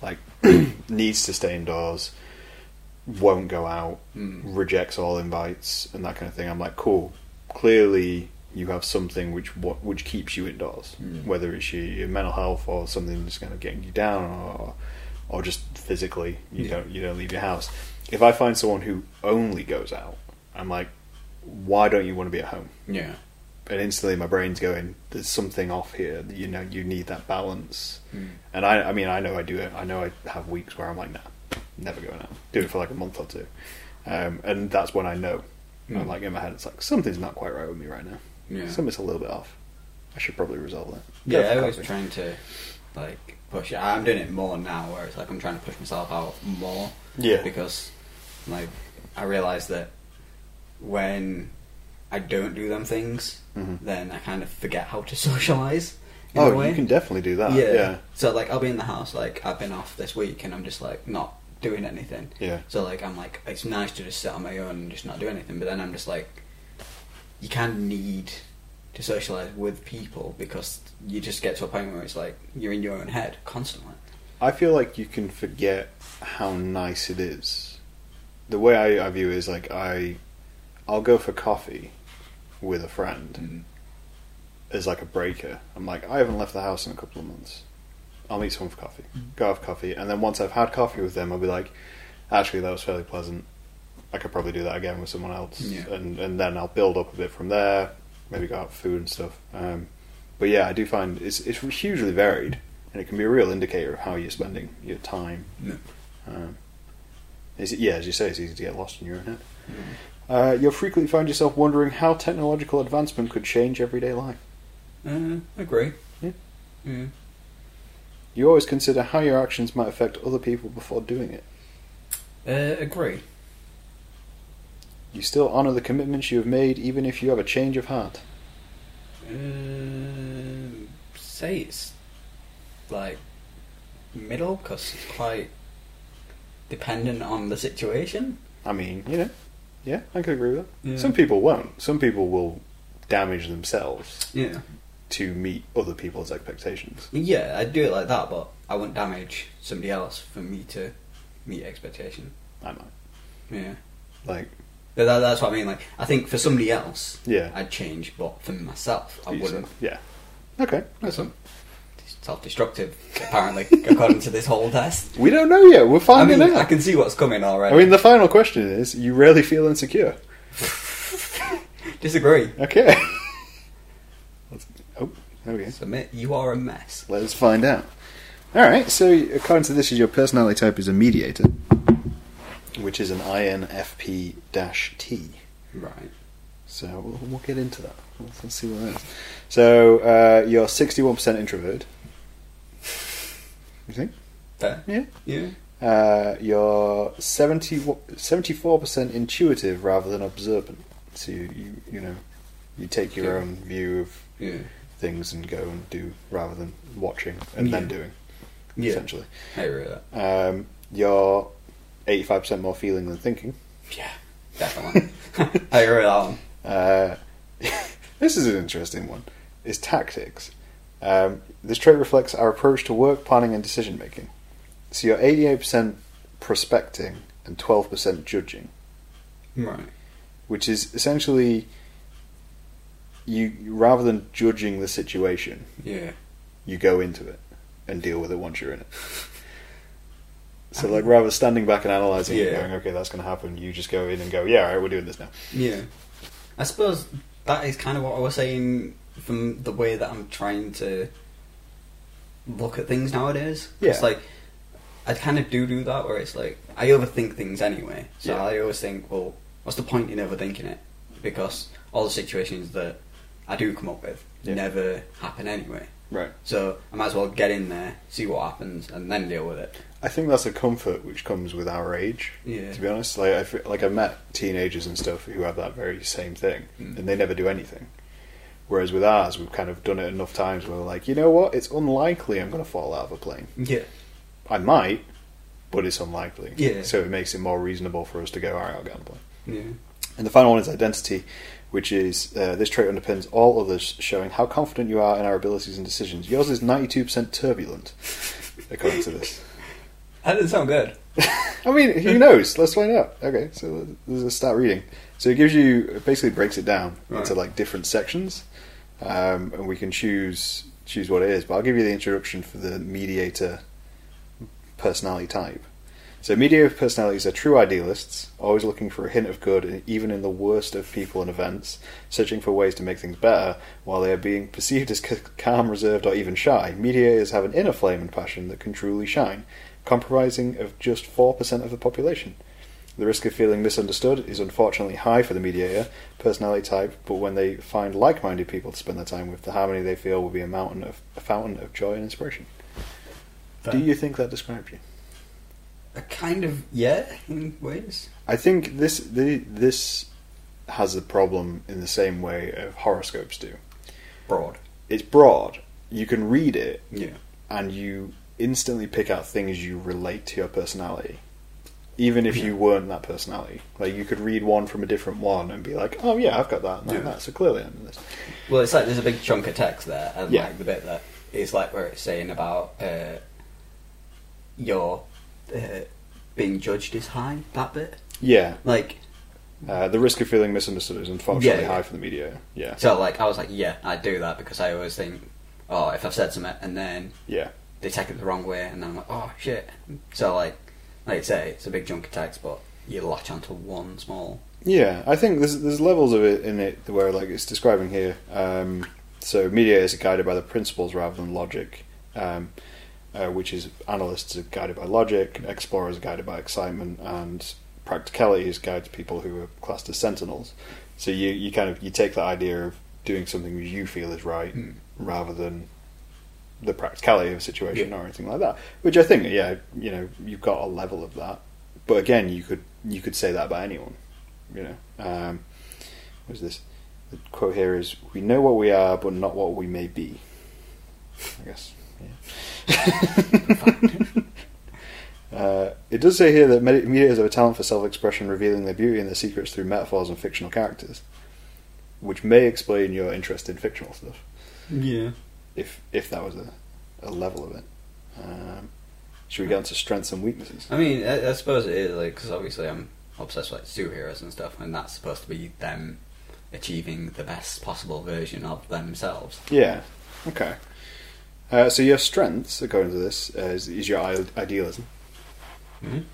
like (clears throat) needs to stay indoors, won't go out,
Mm.
rejects all invites and that kind of thing. I'm like, cool. Clearly, you have something which what which keeps you indoors,
Mm.
whether it's your, your mental health or something that's kind of getting you down, or or just physically you
Yeah.
don't you don't leave your house. If I find someone who only goes out, I'm like, why don't you want to be at home?
Yeah.
and instantly my brain's going there's something off here you know you need that balance
Mm.
and i i mean i know i do it i know i have weeks where i'm like nah never going out do it for like a month or two um, and that's when i know
Mm.
i'm like in my head it's like something's not quite right with me right now
Yeah.
something's a little bit off i should probably resolve that
Yeah,
Go for
I was
coffee.
trying to like push. I'm doing it more now, where it's like I'm trying to push myself out more.
Yeah.
Because like I realise that when I don't do them things,
Mhm.
then I kind of forget how to (laughs) socialise. In a
oh
way.
you can definitely do that
yeah.
yeah
So like I'll be in the house. Like I've been off this week, and I'm just like not doing anything.
yeah
So like I'm like it's nice to just sit on my own and just not do anything, but then I'm just like you kind of need to socialize with people because you just get to a point where it's like you're in your own head constantly.
I feel like you can forget how nice it is. The way I, I view it is like I, I'll go for coffee with a friend as like a breaker. I'm like I haven't left the house in a couple of months. I'll meet someone for coffee. Go have coffee, and then once I've had coffee with them, I'll be like, actually that was fairly pleasant. I could probably do that again with someone else,
Yeah.
and and then I'll build up a bit from there. Maybe go out for food and stuff. Um, but yeah, I do find it's it's hugely varied, and it can be a real indicator of how you're spending your time.
Yeah.
Um, is it, yeah, as you say, it's easy to get lost in your own head. Uh, you'll frequently find yourself wondering how technological advancement could change everyday life.
Uh, I agree. Mm.
Yeah.
Yeah.
You always consider how your actions might affect other people before doing it.
Uh, agree.
You still honour the commitments you have made, even if you have a change of heart.
Um, say it's like middle because it's quite dependent on the situation.
I mean, you know, yeah, I could agree with that.
Yeah.
Some people won't. Some people will damage themselves
Yeah.
to meet other people's expectations.
Yeah, I'd do it like that, but I wouldn't damage somebody else for me to meet expectation.
I might.
Yeah.
Like,
But that, that's what I mean. Like, I think for somebody else,
Yeah.
I'd change, but for myself, I
you
wouldn't.
said- Yeah. Okay.
Awesome. Self-destructive, apparently, (laughs) according to this whole test.
We don't know yet. We're
I
finding
mean, I
out.
can see what's coming already.
Oh, I mean, the final question is: You really feel insecure?
disagree.
Okay. (laughs) Let's, oh, there we go.
Submit. You are a mess.
Let's find out. All right. So, according to this, is your personality type is a mediator, which is an INFP-T.
Right.
So we'll, we'll get into that. Let's, let's see what that is. So uh, you're 61% introvert. You think?
Fair.
Yeah.
Yeah.
Uh, you're 70, 74% intuitive rather than observant. So you, you, you know, you take your
Yeah.
own view of
Yeah.
things and go and do rather than watching and then
Yeah.
doing,
Yeah.
essentially.
I agree with that.
Um, you're 85% more feeling than thinking.
Yeah. Definitely. (laughs) I agree with that one.
Uh, (laughs) this is an interesting one. Is tactics. Um, this trait reflects our approach to work planning and decision making. So you're 88% prospecting and 12% judging,
Right.
which is essentially you rather than judging the situation,
Yeah.
you go into it and deal with it once you're in it. So like rather than standing back and analyzing it and
Yeah.
going, okay, that's going to happen, you just go in and go, yeah, all right, we're doing this now.
Yeah. I suppose that is kind of what I was saying from the way that I'm trying to look at things nowadays.
Yeah.
It's like, I kind of do do that where it's like, I overthink things anyway. So
Yeah.
I always think, well, what's the point in overthinking it? Because all the situations that I do come up with
Yeah.
never happen anyway.
Right.
So I might as well get in there, see what happens, and then deal with it.
I think that's a comfort which comes with our age.
Yeah.
To be honest, like I feel, like I met teenagers and stuff who have that very same thing,
Mm.
and they never do anything. Whereas with ours, we've kind of done it enough times where we're like, you know what? It's unlikely I'm going to fall out of a plane.
Yeah.
I might, but it's unlikely.
Yeah.
So it makes it more reasonable for us to go, all right, I'll get on a plane.
Yeah.
And the final one is identity, which is uh, this trait underpins all others, showing how confident you are in our abilities and decisions. Yours is 92% turbulent, (laughs) according to this.
That doesn't sound good.
I mean, who knows? Let's find out. Okay, so let's start reading. So it gives you it basically breaks it down
Right.
into like different sections, um, and we can choose choose what it is. But I'll give you the introduction for the mediator personality type. So mediator personalities are true idealists, always looking for a hint of good, even in the worst of people and events, searching for ways to make things better. While they are being perceived as c- calm, reserved, or even shy, mediators have an inner flame and passion that can truly shine comprising of just 4% of the population. The risk of feeling misunderstood is unfortunately high for the mediator personality type, but when they find like minded people to spend their time with, the harmony they feel will be a mountain of a fountain of joy and inspiration. Do you think that describes you?
A kind of yeah in ways.
I think this the, this has a problem in the same way of horoscopes do.
Broad.
It's broad. You can read it
Yeah.
and you instantly pick out things you relate to your personality, even if you weren't that personality. Like you could read one from a different one and be like, "Oh yeah, I've got that, and that, and
Yeah.
that." So clearly, I'm this.
Well, it's like there's a big chunk of text there, and
Yeah.
like the bit that is like where it's saying about uh, your uh, being judged is high. That bit,
Yeah,
like,
uh, the risk of feeling misunderstood is unfortunately
Yeah, yeah.
high for the media. Yeah,
so like I was like, yeah, I do that because I always think, oh, if I've said something and then
yeah,
they take it the wrong way, and I'm like, oh shit. So like, like I say, it's a big chunk of text, but you latch onto one small.
yeah. I think there's there's levels of it in it where like it's describing here. Um, so mediators are guided by the principles rather than logic. Um, uh, which is analysts are guided by logic, explorers are guided by excitement, and practicality is guided people who are classed as sentinels. So you, you kind of you take that idea of doing something which you feel is right
Mm.
rather than the practicality of a situation
Yeah.
or anything like that. Which I think, yeah, you know, you've got a level of that. But again, you could you could say that about anyone. You know, um, what is this? The quote here is: "We know what we are, but not what we may be." I guess. (laughs) Uh, it does say here that medi- mediators have a talent for self-expression, revealing their beauty and their secrets through metaphors and fictional characters, which may explain your interest in fictional stuff,
Yeah.
if if that was a, a level of it. Um, should we get onto strengths and weaknesses?
I mean, I, I suppose it is like because obviously I'm obsessed with like, superheroes and stuff, and that's supposed to be them achieving the best possible version of themselves.
Yeah. Okay. Uh, so your strengths, according to this, uh, is, is your i- idealism.
Mhm.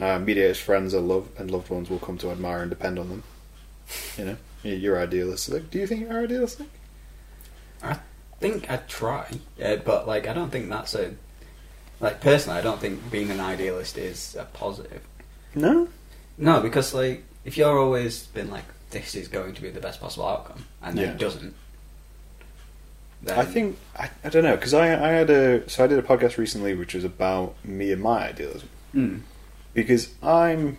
Uh, mediators, friends, or love and loved ones will come to admire and depend on them. You know, Y- you're idealistic. Do you think you're idealistic?
think I'd try, uh, but like I don't think that's a like personally. I don't think being an idealist is a positive.
No.
No, because like if you're always been like this is going to be the best possible outcome, and then
Yeah.
it doesn't. Then
I think I, I don't know because I I had a so I did a podcast recently which was about me and my idealism
Mm.
because I'm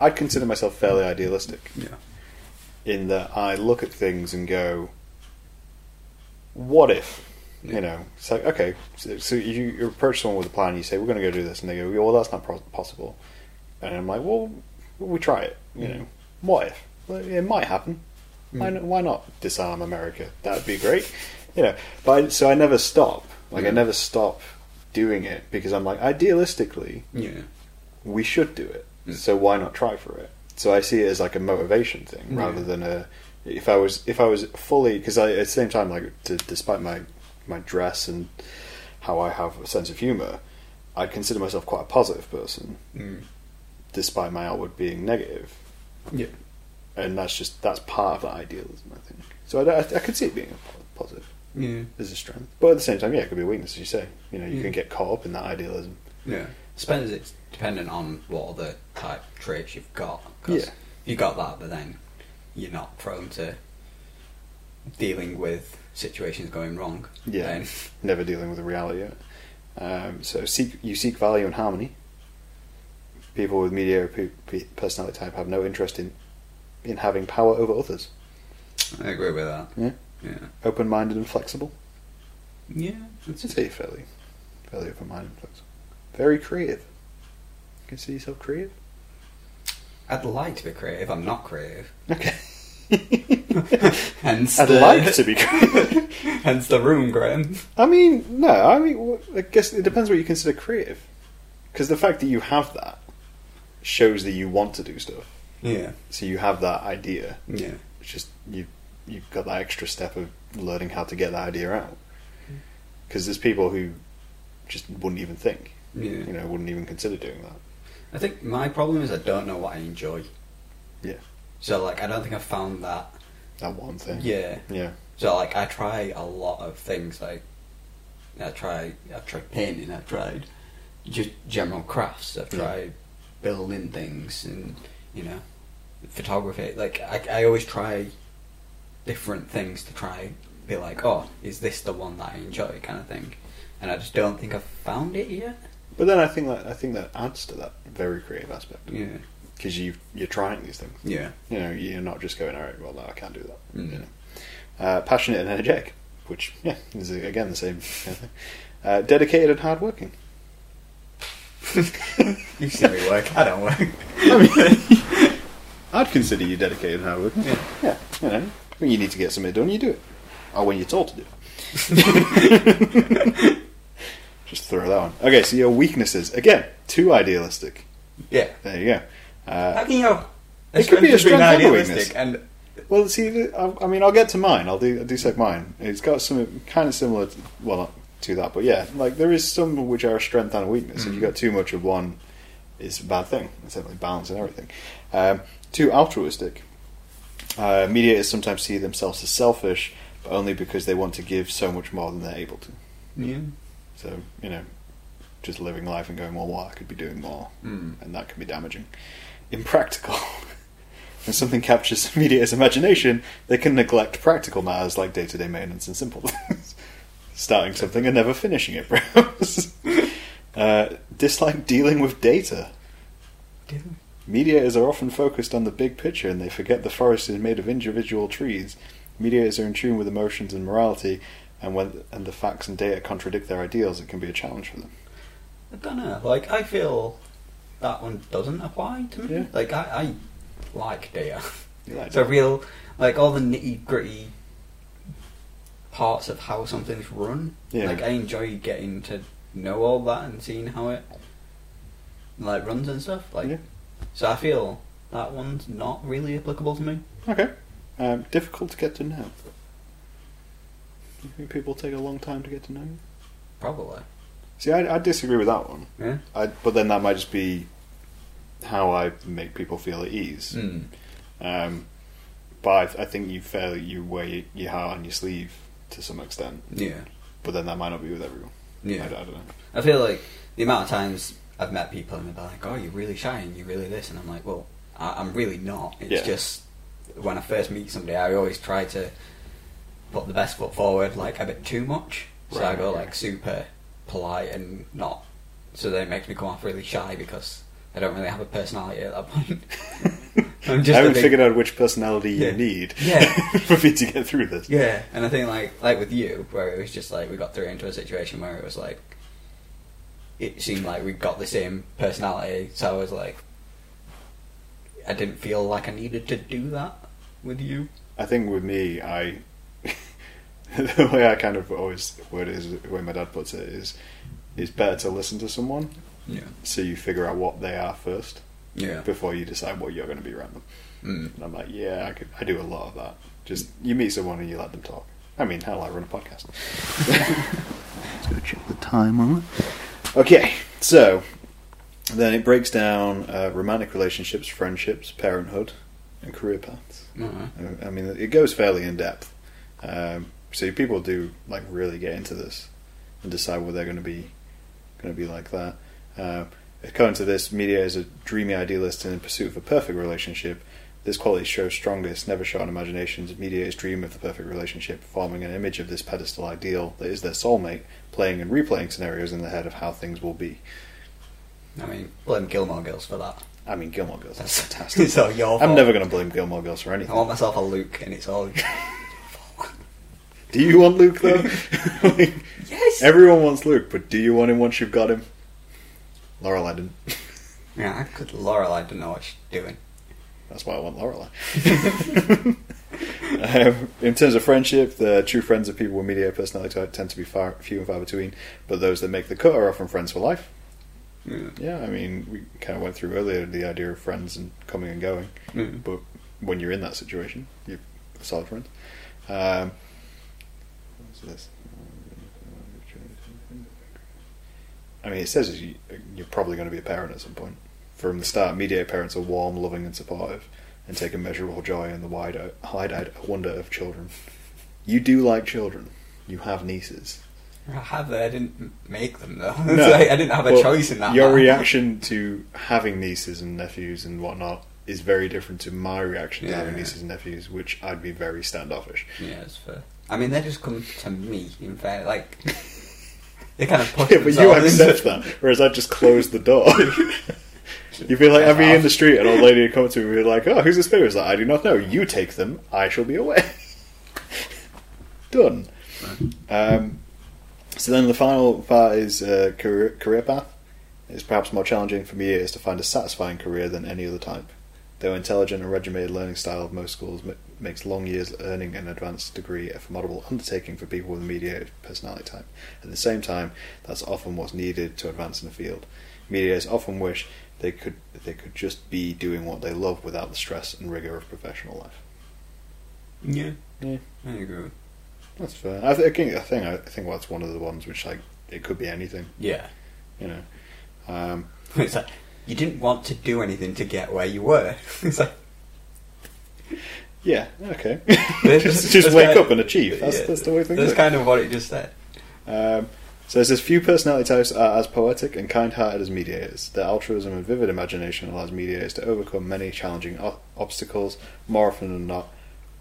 I'd consider myself fairly idealistic.
Yeah.
in that I look at things and go, "What if?"
Yeah.
You know, it's like okay, so, so you, you approach someone with a plan, and you say, "We're going to go do this," and they go, "Well, that's not pro- possible," and I'm like, "Well, we try it." You
Mm.
know, what if? Well, it might happen. Why, n- why not disarm America? That'd be great. you know, but I, so I never stop. Like I
Yeah.
never stop doing it because I'm like, idealistically,
Yeah.
we should do it.
Mm.
So why not try for it? So I see it as like a motivation thing
Yeah.
rather than a. If I was if I was fully because I at the same time like d despite my my dress and how I have a sense of humor, I consider myself quite a positive person
Mm.
despite my outward being negative.
Yeah.
And that's just that's part of that idealism, I think. So I, don't- I, I could see it being a po- positive
Yeah.
as a strength, but at the same time, yeah, it could be a weakness, as you say. You know, you
Yeah.
can get caught up in that idealism.
Yeah. Spends it's dependent on what other type traits you've got. 'cause
Yeah.
You got that, but then you're not prone to dealing with situations going wrong.
Yeah.
Then,
never dealing with the reality of it. Um, so seek you seek value and harmony. People with mediocre pe- pe- personality type have no interest in in having power over others.
I agree with that.
Yeah.
Yeah.
Open minded and flexible.
Yeah.
I'd say fairly, fairly open minded and flexible. Very creative. You consider yourself creative?
I'd like to be creative. I'm not (laughs) creative.
Okay. (laughs)
Hence
I'd
the,
like to be creative.
(laughs) Hence the room, Graham.
I mean, no. I mean, wh- I guess it depends what you consider creative, because the fact that you have that shows that you want to do stuff.
Yeah.
So you have that idea.
Yeah.
It's just you you've got that extra step of learning how to get that idea out.
Mm.
Because there's people who just wouldn't even think,
Yeah.
you know, wouldn't even consider doing that.
I think my problem is I don't know what I enjoy.
Yeah.
So like I don't think I've found that.
That one thing.
Yeah.
Yeah.
So like I try a lot of things. Like I try, I've tried painting. I've tried just general crafts. I've
Yeah.
tried building things, and you know, photography. Like I, I always try different things to try be like, oh, is this the one that I enjoy, kind of thing. And I just don't think I've found it yet.
But then I think that I think that adds to that very creative aspect
Yeah.
because you you're trying these things.
Yeah.
You know, you're not just going, all right, well, no, I can't do that.
Mm.
You know? uh, passionate and energetic, which yeah, is again the same. (laughs) kind of thing. Uh, dedicated and hardworking.
(laughs) You see me work. I don't work.
I mean, (laughs) I'd consider you dedicated, Howard.
Yeah.
yeah. You know, when you need to get something done, you do it. Or when you're told to do (laughs) it. Just throw that one. Okay, so your weaknesses. Again, too idealistic.
Yeah.
There you go.
How can you?
It could be a
Just being
strength and a
idealistic
weakness.
And
Well, see, I I mean, I'll get to mine. I'll do, I'll dissect mine. It's got some kind of similar, to, well, not to that, but yeah, like there is some which are a strength and a weakness. If you got too much of one, it's a bad thing. It's definitely balance and everything. Um, too altruistic. Uh, mediators sometimes see themselves as selfish, but only because they want to give so much more than they're able to.
yeah.
So you know, just living life and going, well, well, I could be doing more,
Mm.
and that can be damaging. Impractical. (laughs) when something captures (laughs) the mediator's imagination, they can neglect practical matters like day-to-day maintenance and simple (laughs) things, starting something and never finishing it. (laughs) Perhaps. uh, dislike dealing with data. Mediators are often focused on the big picture and they forget the forest is made of individual trees. Mediators are in tune with emotions and morality, and when and the facts and data contradict their ideals, it can be a challenge for them.
I don't know. Like I feel that one doesn't apply to me.
Yeah.
Like I, I like data. (laughs)
You like
It's a
data.
real like all the nitty gritty parts of how something's run.
Yeah.
Like I enjoy getting to know all that and seeing how it like runs and stuff. Like
Yeah.
so I feel that one's not really applicable to me.
Okay. Um, difficult to get to know. Do you think people take a long time to get to know you?
Probably.
See, I, I disagree with that one.
Yeah.
I, but then that might just be how I make people feel at ease.
Mm.
Um, but I, th- I think you fairly you wear your heart on your sleeve to some extent.
Yeah.
But then that might not be with everyone.
Yeah.
I, d- I (laughs) don't know.
I feel like the amount of times I've met people and they're like, "Oh, you're really shy and you're really this," and I'm like, "Well, I- I'm really not. It's
Yeah.
just when I first meet somebody, I always try to put the best foot forward, like a bit too much. So I
Right,
go
yeah.
like super polite and not. So then it makes me come off really shy because I don't really have a personality at that point. (laughs) I'm
I
just a
haven't
big-
figured out which personality
Yeah.
you need
Yeah.
(laughs) for me to get through this.
Yeah, and I think like like with you, where it was just like we got through into a situation where it was like it seemed like we got the same personality, so I was like, I didn't feel like I needed to do that with you.
I think with me, I (laughs) the way I kind of always word it is the way my dad puts it is it's better to listen to someone
Yeah,
so you figure out what they are first
yeah,
before you decide what you're going to be around them.
mm.
And I'm like, yeah, I could, I do a lot of that. Just you meet someone and you let them talk. I mean, hell, I run a podcast. (laughs) Let's go check the time on it. Okay, so then it breaks down uh, romantic relationships, friendships, parenthood, and career paths.
Alright.
I- I mean, it goes fairly in depth. Um, so people do like really get into this and decide what they're going to be, going to be like that. Uh, according to this, media is a dreamy idealist in pursuit of a perfect relationship. This quality shows strongest, never shot on imaginations. Media is dream of the perfect relationship, forming an image of this pedestal ideal that is their soulmate, playing and replaying scenarios in their head of how things will be.
I mean, blame Gilmore Girls for that. (laughs)
I mean, Gilmore Girls is
That's
fantastic.
it's all your fault.
I'm never going to blame Gilmore Girls for
I
anything.
want myself a Luke, and it's all (laughs)
Do you want Luke though? (laughs) Like,
yes.
Everyone wants Luke, but do you want him once you've got him? Laurel, I didn't.
yeah, I could Laurel. I don't know what she's doing.
That's why I want Laurel. um, in terms of friendship, the true friends of people with media personality type tend to be far, few and far between, but those that make the cut are often friends for life.
Yeah.
Yeah, I mean, we kind of went through earlier the idea of friends and coming and going.
Mm.
but when you're in that situation, you're a solid friend. Um, what's this? I mean, it says you, you're probably going to be a parent at some point. From the start, mediate parents are warm, loving, and supportive, and take immeasurable joy in the wide, wide-eyed wonder of children. You do like children. You have nieces.
I have it. I didn't make them though. (laughs)
No.
It's like, I didn't have a
Well,
choice in that.
Your
matter.
reaction to having nieces and nephews and whatnot is very different to my reaction to
Yeah,
having
yeah.
nieces and nephews, which I'd be very standoffish.
Yeah, it's fair. I mean, they just come to me. In fact, like (laughs) they kind of push
(laughs) Yeah, but you
themselves
accept
into-
that, whereas I'd just close
(laughs)
the door. (laughs) You'd be like, I'd be in the street, and old lady would come up to me and be like, "Oh, who's this baby?" I was like, "I do not know. You take them. I shall be away." (laughs) Done. Um, so then the final part is uh, career, career path. It's perhaps more challenging for me is to find a satisfying career than any other type. Though intelligent and regimented learning style of most schools ma- makes long years earning an advanced degree a formidable undertaking for people with a mediated personality type. At the same time, that's often what's needed to advance in the field. Mediators often wish they could they could just be doing what they love without the stress and rigor of professional life.
Yeah,
Yeah.
I agree.
That's fair. I think I think I think that's one of the ones which like it could be anything,
Yeah, (laughs)
you know. Um,
it's like you didn't want to do anything to get where you were. (laughs) It's like
Yeah, okay.
That's-
(laughs) just
that's
just wake
kind-
up and achieve. That's,
yeah,
that's the way things
That's
work.
kind of what it just said.
Um, so it says few personality types are as poetic and kind-hearted as mediators. Their altruism and vivid imagination allows mediators to overcome many challenging o- obstacles, more often than not,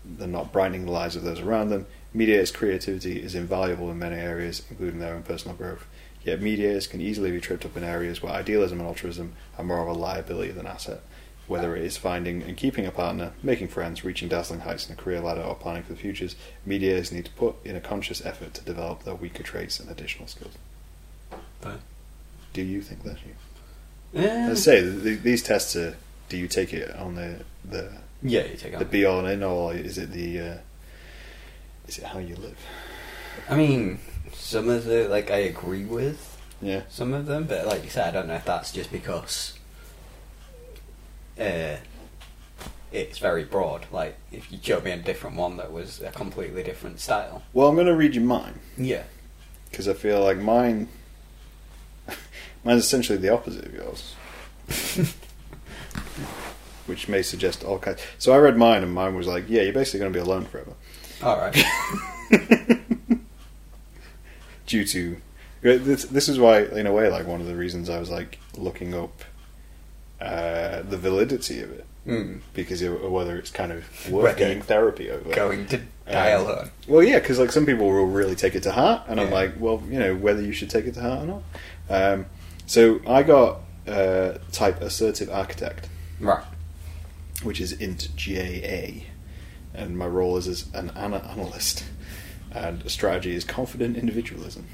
than not brightening the lives of those around them. Mediators' creativity is invaluable in many areas, including their own personal growth. Yet mediators can easily be tripped up in areas where idealism and altruism are more of a liability than asset. Whether it is finding and keeping a partner, making friends, reaching dazzling heights in a career ladder, or planning for the futures, mediators need to put in a conscious effort to develop their weaker traits and additional skills.
Fair.
Do you think that's you?
Yeah,
As I say, th- th- these tests are. Do you take it on the the,
yeah, you take
the
on.
be all and end all? or Is it the uh, is it how you live?
I mean, some of the like I agree with
Yeah,
some of them, but like you said, I don't know if that's just because uh, it's very broad. Like if you showed me a different one that was a completely different style.
Well, I'm going to read you mine
Yeah.
because I feel like mine, (laughs) mine's essentially the opposite of yours, which may suggest all kinds. So I read mine, and mine was like, "Yeah, you're basically going to be alone forever."
All right. (laughs)
due to this, this is why in a way like one of the reasons i was like looking up uh, the validity of it
mm.
because of whether it's kind of
Whether
worth getting therapy over
Going to die
Um,
alone.
well yeah because like some people will really take it to heart and i'm
Yeah.
like well you know whether you should take it to heart or not um, so i got uh, type assertive architect
Right.
which is int JA, and my role is as an ana- analyst, and strategy is confident individualism.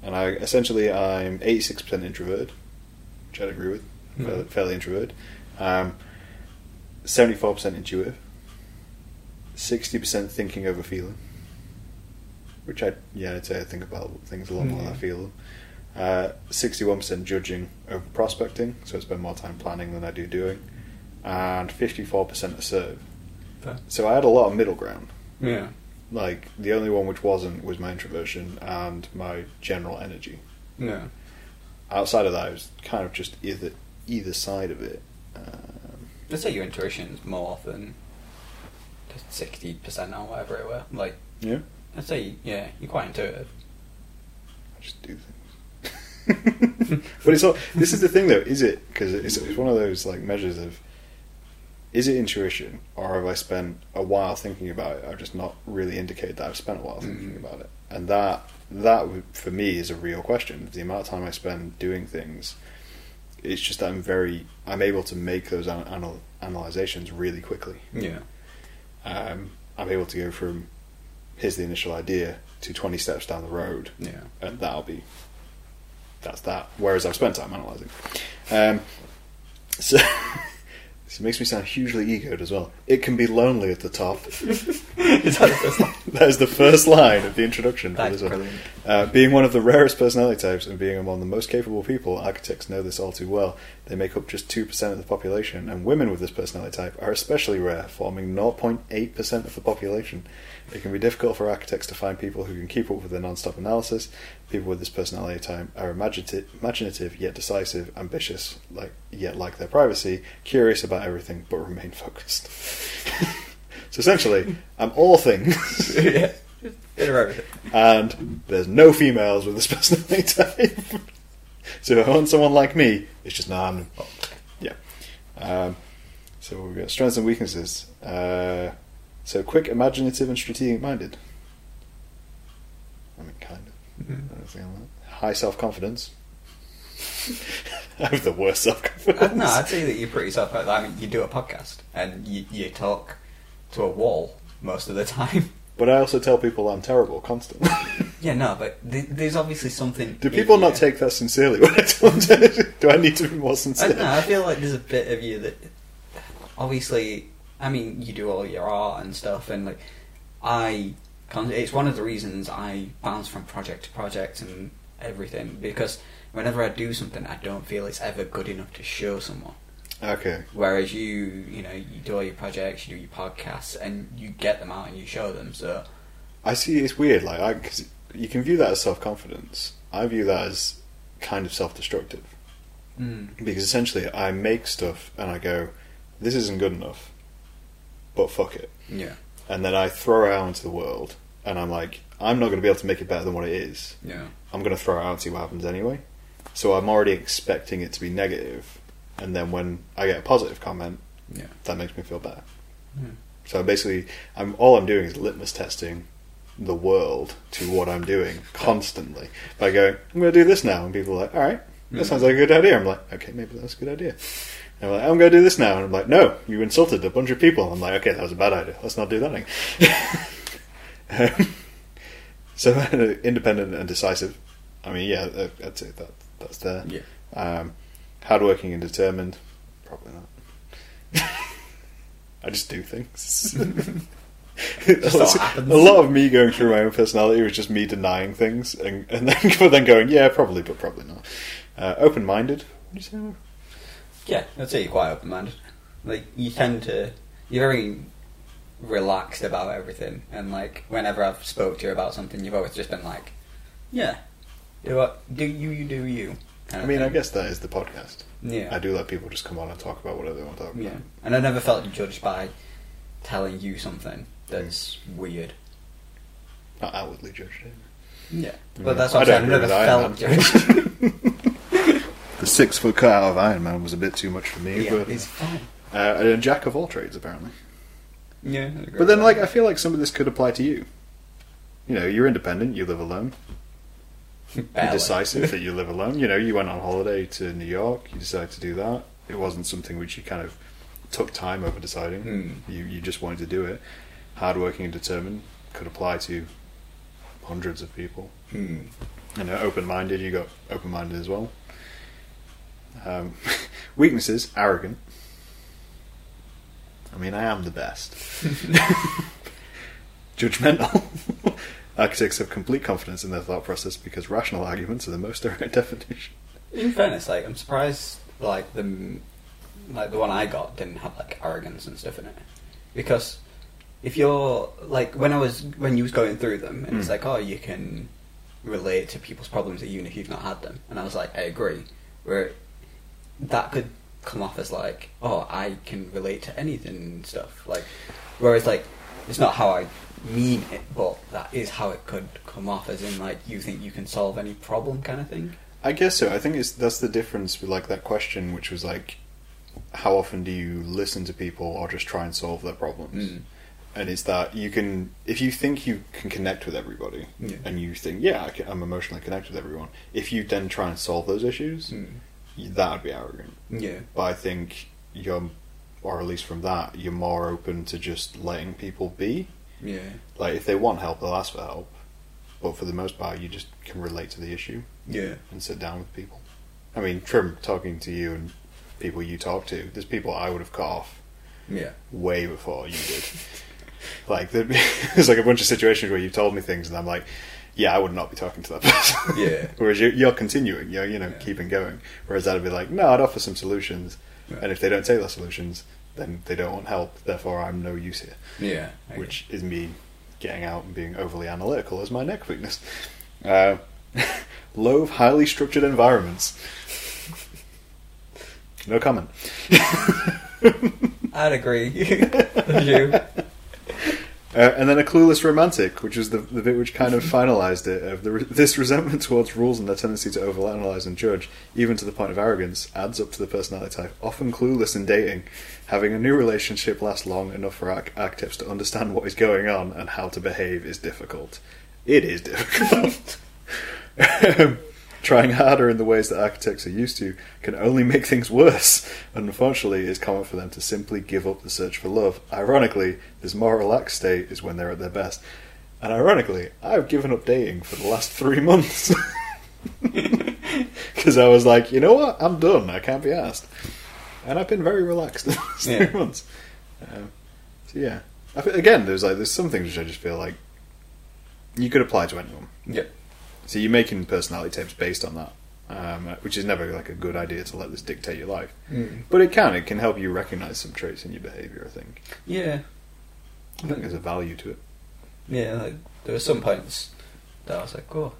And I essentially I'm 86% introverted, which I'd agree with, fairly, fairly introverted. Um, 74% intuitive, 60% thinking over feeling, which I yeah I'd say I think about things a lot more than I
Mhm.
feel them. Uh, 61% judging over prospecting, so I spend more time planning than I do doing and 54% to serve.
Fair.
So I had a lot of middle ground.
Yeah.
Like the only one which wasn't was my introversion and my general energy.
Yeah.
Outside of that, I was kind of just either either side of it. Um,
I'd say your intuition's more than sixty percent or whatever it were. Like
yeah,
I'd say yeah, you're quite intuitive.
I just do things. (laughs) but it's all. This is the thing, though, is it? Because it's, it's one of those like measures of. Is it intuition, or have I spent a while thinking about it? I've just not really indicated that I've spent a while thinking
Mhm.
about it, and that that would, for me is a real question. The amount of time I spend doing things, it's just that I'm very I'm able to make those an- anal- analyzations really quickly.
Yeah.
Um, I'm able to go from here's the initial idea to 20 steps down the road
Yeah.
(laughs) and that'll be that's that. Whereas I've spent time analysing, um, so (laughs) this makes me sound hugely egoed as well. It can be lonely at the top.
Is that the first (laughs) line?
that is the first line of the introduction for
That's
this one.
brilliant.
Uh, being one of the rarest personality types and being among the most capable people, architects know this all too well. They make up just 2% of the population, and women with this personality type are especially rare, forming 0.8% of the population. It can be difficult for architects to find people who can keep up with their non stop analysis. People with this personality type are imaginative, imaginative yet decisive, ambitious, like yet like their privacy, curious about everything, but remain focused. (laughs) so essentially, I'm all things.
yeah. Bit of everything.
and there's no females with this (laughs) personality type. so if I want someone like me, it's just nah. I'm, yeah. Um, so we've got strengths and weaknesses. Uh, so quick, imaginative, and strategic-minded. I mean, kind of.
Mhm.
I don't think I'm that. High self-confidence. (laughs) I have the worst
Uh, I (laughs)
self-confidence.
don't know. I'd say that you're pretty self. I mean, you do a podcast and you, you talk to a wall most of the (laughs) time.
But I also tell people I'm terrible constantly.
Yeah, no, but th- there's obviously something.
(laughs) Do
in
people not
you.
take that sincerely when I tell them? (laughs) Do I need to be more
I
sincere?
don't know. I feel like there's a bit of you that, obviously, I mean, you do all your art and stuff, and like, I, con- it's one of the reasons I bounce from project to project and everything because whenever I do something, I don't feel it's ever good enough to show someone.
Okay.
Whereas you, you know, you do all your projects, you do your podcasts, and you get them out and you show them. So
I see. It's weird, like I, cause you can view that as self confidence. I view that as kind of self destructive
mm,
because essentially I make stuff and I go, "This isn't good enough," but fuck it,
yeah,
and then I throw it out into the world, and I'm like, "I'm not going to be able to make it better than what it is.
yeah,
I'm going to throw it out and see what happens anyway." So I'm already expecting it to be negative, and then when I get a positive comment,
Yeah.
that makes me feel better.
Hmm.
So basically, I'm all I'm doing is litmus testing the world to what I'm doing constantly by going, I'm going to do this now, and people are like, all right, that
Hmm.
sounds like a good idea. I'm like, okay, maybe that's a good idea. And I'm like, I'm going to do this now, and I'm like, no, you insulted a bunch of people. I'm like, okay, that was a bad idea. Let's not do that again. (laughs) um, so (laughs) independent and decisive. I mean, yeah, that- I'd say that that's there. (laughs)
yeah.
Um, hardworking and determined. Probably not. (laughs) I just do things. (laughs)
Just what happens.
a lot of me going through my own personality was just me denying things and, and then (laughs) but then going, yeah, probably, but probably not. Uh, open minded.
Yeah, I'd say you're quite open-minded. like you tend to you're very relaxed about everything, and like whenever I've spoke to you about something, you've always just been like, yeah, do what do you you do you. kind
I
of
mean, I
thing.
guess that is the podcast.
yeah,
I do let people just come on and talk about whatever they want to talk about.
yeah, and I never felt judged by telling you something that's weird.
Not outwardly judged. eh?
Yeah,
Yeah.
but that's what I'm
I
saying. I
don't
never felt
agree with
judged.
The six foot cut out of Iron Man was a bit too much for me,
yeah,
but
it's fine.
uh, and a jack of all trades apparently.
Yeah,
But then, like, I feel like some of this could apply to you. You know, you're independent. You live alone. You're decisive that you live alone. You know, you went on holiday to New York. You decided to do that. It wasn't something which you kind of took time over deciding.
Mm.
You you just wanted to do it. Hardworking and determined could apply to hundreds of people.
Hmm.
you know, open-minded. You got open-minded as well. Um, (laughs) weaknesses: arrogant. I mean, I am the (laughs) best. Judgmental. (laughs) Architects have complete confidence in their thought process because rational arguments are the most (laughs) direct definition.
In fairness, like I'm surprised, like the like the one I got didn't have like arrogance and stuff in it, because if you're like when I was when you was going through them, and it's
Mm.
like oh you can relate to people's problems even if you've not had them, and I was like I agree, where that could come off as like oh I can relate to anything and stuff like, whereas like it's not how I mean it, but that is how it could come off as in like you think you can solve any problem kind of thing.
I guess so. I think it's that's the difference with like that question, which was like, how often do you listen to people or just try and solve their problems?
Mm.
And it's that you can, if you think you can connect with everybody,
Yeah.
and you think, yeah, I can, I'm emotionally connected with everyone. If you then try and solve those issues,
Mm.
you- that would be arrogant.
Yeah.
But I think you're, or at least from that, you're more open to just letting people be.
Yeah.
Like if they want help, they'll ask for help. But for the most part, you just can relate to the issue
Yeah.
and sit down with people. I mean, from talking to you and people you talk to, there's people I would have cut off
Yeah.
way before you did. like, there'd be- (laughs) there's like a bunch of situations where you've told me things, and I'm like, yeah, I would not be talking to that (laughs) person.
Yeah.
Whereas you, you're continuing, you're you know
Yeah.
keeping going. Whereas I'd be like, no, I'd offer some solutions,
Yeah.
and if they don't take those solutions, then they don't want help. Therefore, I'm no use here
Yeah.
(laughs) which is me getting out and being overly analytical as my neck weakness. Uh, (laughs) loathe highly structured environments. No comment.
I'd
(laughs)
agree. you.
Uh, and then a clueless romantic, which is the, the bit which kind of finalised it. Of the re- this resentment towards rules and their tendency to overanalyze and judge, even to the point of arrogance, adds up to the personality type. Often clueless in dating, having a new relationship last long enough for arch- architects to understand what is going on and how to behave is difficult. It is difficult. (laughs) Um, Trying harder in the ways that architects are used to can only make things worse. Unfortunately, it's common for them to simply give up the search for love. Ironically, this more relaxed state is when they're at their best. And ironically, I've given up dating for the last three months. (laughs) Because I was like, you know what? I'm done. I can't be asked. And I've been very relaxed (laughs) the last
Yeah.
three months. Um, so, yeah. I thi- again, there's like there's some things which I just feel like you could apply to anyone.
Yeah.
So you're making personality types based on that, um, which is never like a good idea to let this dictate your life. But it can. It can help you recognize some traits in your behavior. I think.
Yeah.
I think there's a value to it.
Yeah. Like, there were some points that I was like, oh,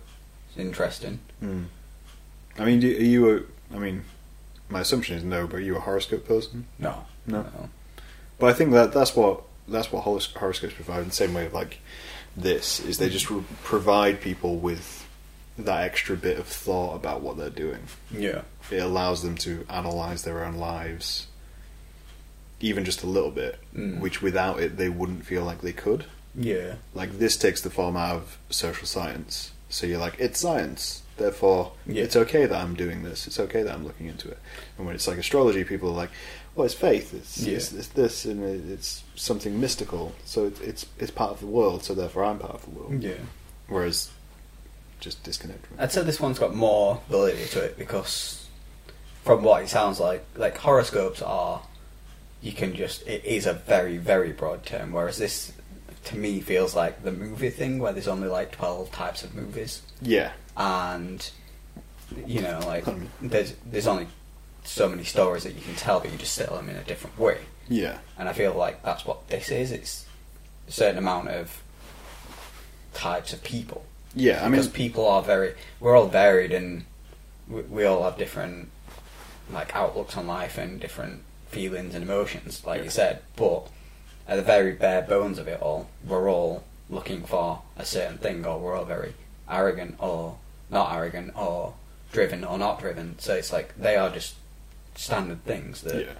it's interesting.
Hmm. I mean, do, are you? A, I mean, my assumption is no, but are you a horoscope person?
No.
No. But I think that that's what that's what holos- horoscopes provide. In the same way, of like this is they just re- provide people with that extra bit of thought about what they're doing.
Yeah.
it allows them to analyze their own lives even just a little bit
Mm.
which without it they wouldn't feel like they could
Yeah.
like this takes the form out of social science so you're like it's science therefore
Yeah.
it's okay that i'm doing this it's okay that i'm looking into it and when it's like astrology people are like well it's faith it's,
Yeah.
it's, it's this and it- it's something mystical so it, it's it's part of the world so therefore i'm part of the world
Yeah.
whereas just disconnect from it.
I'd say this one's got more validity to it because, from what it sounds like, like horoscopes are, you can just it is a very very broad term. Whereas this, to me, feels like the movie thing where there's only like twelve types of movies.
yeah
and you know like
Pardon
there's there's only so many stories that you can tell, but you just tell them in a different way.
Yeah.
And I feel like that's what this is. It's a certain amount of types of people.
Yeah, I mean,
because people are very, we're all varied and we, we all have different like outlooks on life and different feelings and emotions, like you said. But at the very bare bones of it all, we're all looking for a certain thing, or we're all very arrogant, or not arrogant, or driven or not driven. So it's like they are just standard things that
yeah.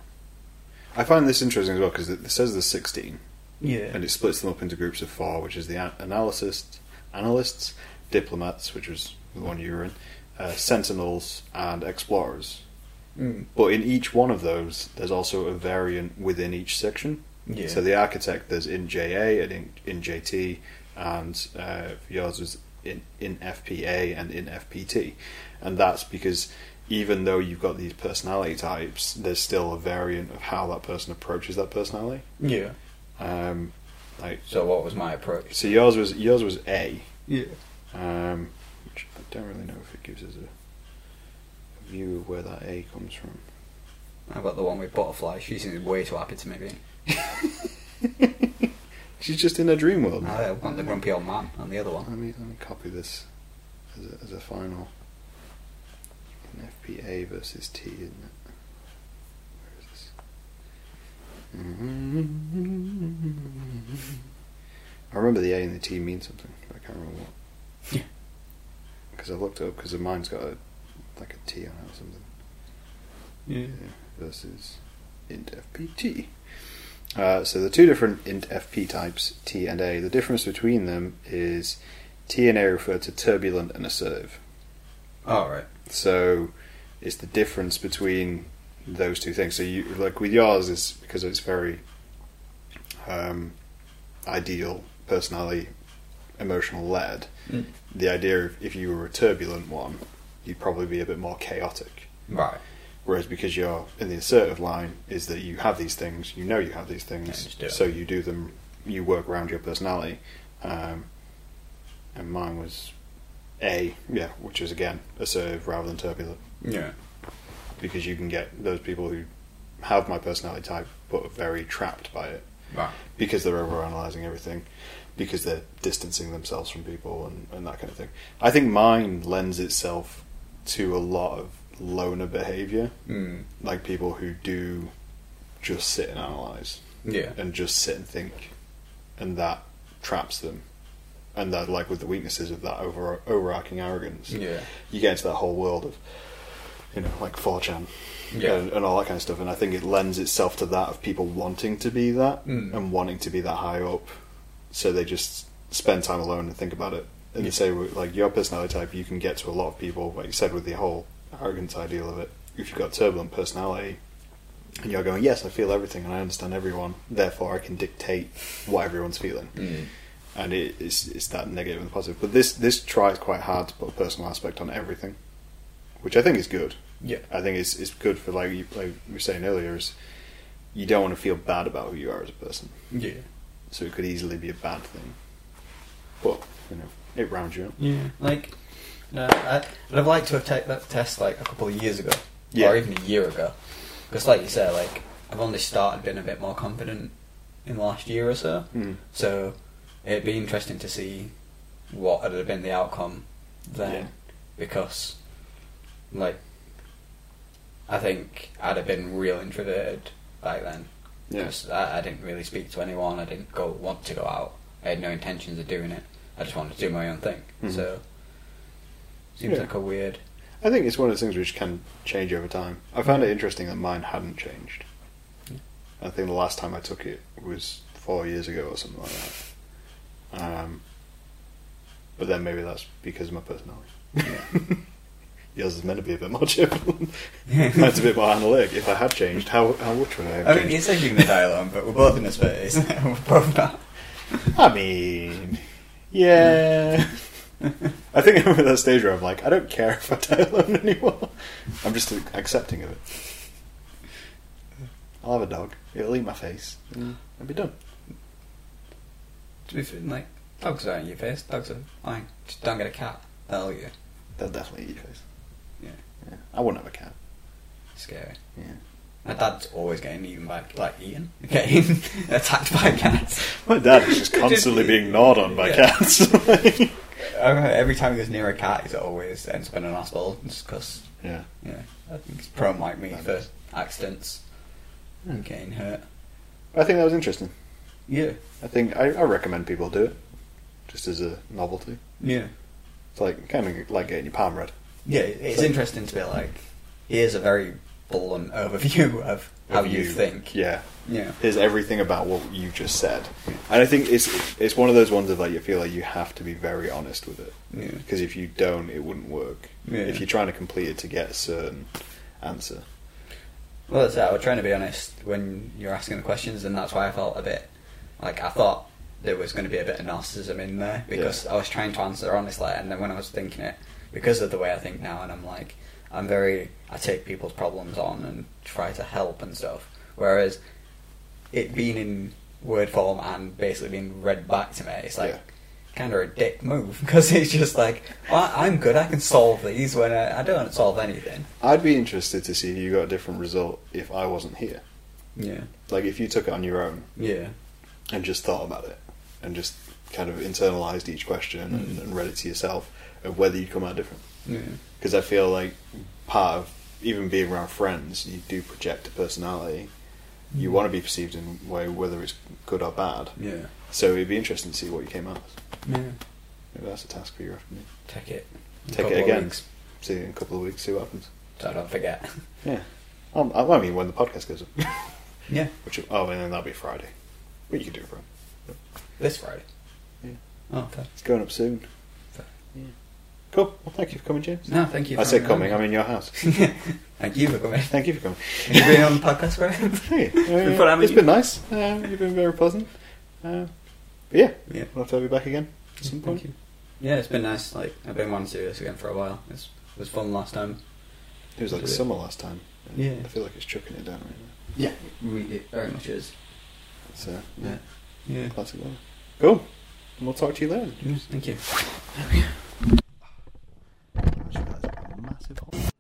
I find this interesting as well because it says there's 16
yeah
and it splits them up into groups of four, which is the an- analysts, analysts, diplomats, which was the one you were in, uh, sentinels, and explorers.
Mm.
But in each one of those, there's also a variant within each section.
yeah
So the architect there's in JA and in, in JT, and uh, yours was in in FPA and in FPT, and that's because even though you've got these personality types, there's still a variant of how that person approaches that personality.
yeah.
Um, like
So what was my approach?
so, yours was yours was A,
Yeah.
um, which I don't really know if it gives us a view of where that A comes from.
How about the one with butterfly? She seems way too happy to me being.
She's just in a dream world.
I want the grumpy old man and the other one.
Let me let me copy this as a, as a final. An FPA versus T, isn't it? Where is this? I remember the A and the T mean something, but I can't remember what. (laughs)
Yeah.
Because I've looked it up because mine's got a, like a T on it or something.
Yeah.
Versus int FPT. Uh, so the two different int FP types, T and A, the difference between them is T and A refer to turbulent and assertive.
All Oh, right.
So it's the difference between those two things. So you like with yours is because it's very um, ideal personality, emotional led.
Mm.
The idea of if you were a turbulent one, you'd probably be a bit more chaotic.
Right.
Whereas because you're in the assertive line is that you have these things, you know you have these
Yeah,
things,
just do it.
so you do them. You work around your personality, um, and mine was A, yeah, which is again assertive rather than turbulent,
Yeah.
because you can get those people who have my personality type but are very trapped by it
Right.
because they're overanalyzing everything, because they're distancing themselves from people and, and that kind of thing. I think mine lends itself to a lot of loner behavior
Mm.
like people who do just sit and analyze
Yeah.
and just sit and think, and that traps them. And that, like with the weaknesses of that over overarching arrogance,
Yeah.
you get into that whole world of, you know, like 4chan
Yeah.
and, and all that kind of stuff. And I think it lends itself to that of people wanting to be that
Mm.
and wanting to be that high up, so they just spend time alone and think about it. And
Yeah.
say, like your personality type, you can get to a lot of people. Like you said, with the whole arrogance ideal of it, if you've got turbulent personality, and you're going, yes, I feel everything and I understand everyone, therefore I can dictate what everyone's feeling
Mm.
and it, it's it's that negative and positive. But this this tries quite hard to put a personal aspect on everything, which I think is good.
Yeah.
I think it's it's good for like you, like we were saying earlier is you don't want to feel bad about who you are as a person,
Yeah.
so it could easily be a bad thing. But you know, it rounds you up.
Yeah. Like, no, I, I'd have liked to have taken that test like a couple of years ago,
Yeah.
or even a year ago, because like you said, like I've only started being a bit more confident in the last year or so.
Mm.
So it'd be interesting to see what would have been the outcome then,
Yeah.
because like I think I'd have been real introverted back then.
Yeah.
'Cause I, I didn't really speak to anyone. I didn't go want to go out. I had no intentions of doing it. I just wanted to do my own thing.
Mhm.
So seems
Yeah.
like a weird.
I think it's one of those things which can change over time. I found it interesting that mine hadn't changed. I think the last time I took it was four years ago or something like that. Um, but then maybe that's because of my personality. Yours is meant to be a bit more cheerful. Mine's a bit more analytic. If I had changed, how how much would I have
I mean,
changed?
you said you were gonna die alone, but we're both in a space. (laughs) we're both not.
I mean, yeah. I think I'm at that stage where I'm like, I don't care if I die alone anymore. I'm just accepting of it. I'll have a dog. It'll eat my face.
Mm.
And I'll be done.
To be fair, like dogs aren't your face. Dogs are fine. Just don't get a cat. That'll get you.
They'll definitely eat your face.
Yeah.
Yeah. I wouldn't have a cat.
Scary.
Yeah.
My dad's always getting eaten by like
(laughs)
eaten, getting (laughs) attacked by cats.
My dad
(laughs)
is just constantly being gnawed on by
Yeah. (laughs)
cats. (laughs)
I remember every time he goes near a cat, he always ends up in an hospital just because
yeah.
yeah, he's prone like me for accidents
Hmm.
and getting hurt.
I think that was interesting.
Yeah,
I think I, I recommend people do it, just as a novelty.
yeah,
It's like kind of like getting your palm read.
yeah. It's
So-
interesting to be like, here's a very blunt overview (laughs) of how
If
you, think.
Yeah.
yeah,
Here's everything about what you just said, and I think it's it's one of those ones of like you feel like you have to be very honest with it
yeah,
because if you don't, it wouldn't work.
Yeah.
If you're trying to complete it to get a certain answer,
Well, that's it. I was trying to be honest when you were asking the questions, and that's why I felt a bit like I thought there was going to be a bit of narcissism in there because I was trying to answer honestly, and then when I was thinking it, because of the way I think now, and I'm like, I'm very, I take people's problems on and try to help and stuff. Whereas it being in word form and basically being read back to me, it's like
Yeah.
kind of a dick move (laughs) because it's just like, well, I'm good, I can solve these when I, I don't solve anything.
I'd be interested to see if you got a different result if I wasn't here.
Yeah.
Like if you took it on your own
Yeah.
and just thought about it and just kind of internalized each question and,
Mm.
and read it to yourself of whether you come out different.
Yeah.
Because I feel like part of even being around friends, you do project a personality. You want to be perceived in a way, whether it's good or bad.
Yeah.
So it'd be interesting to see what you came out as.
Yeah.
Maybe that's a task for you after me.
Take it.
Take
Couple
it
of
again.
weeks,
See you in a couple of weeks, see what happens.
so I don't forget.
Yeah. Um, I I mean, when the podcast goes up.
Yeah.
Which, oh, and then that'll be Friday. What you can do, bro.
This Friday.
Yeah.
Oh, okay.
It's going up soon.
Fair.
Yeah. Cool. Well, thank you for coming, James.
No, thank you.
I
for
said
having
coming. I'm in your house.
me. (laughs) thank you for coming.
Thank you for coming.
You've been on the podcast for it? (laughs)
Hey,
We put
uh,
our
it's
meeting.
been nice. Uh, you've been very pleasant. Uh, but yeah,
Yeah.
we'll have to have you back again at some
Thank
point.
you. Yeah, it's been nice. Like I've been wanting to do this again for a while. It's, it was fun last time.
It was like
Yeah.
summer last time.
Yeah.
I feel like it's chucking it down right now.
Yeah. We, it very much is.
So, yeah,
Yeah. Yeah.
classic weather. Cool. And we'll talk to you later.
yeah. Thank you.
Massive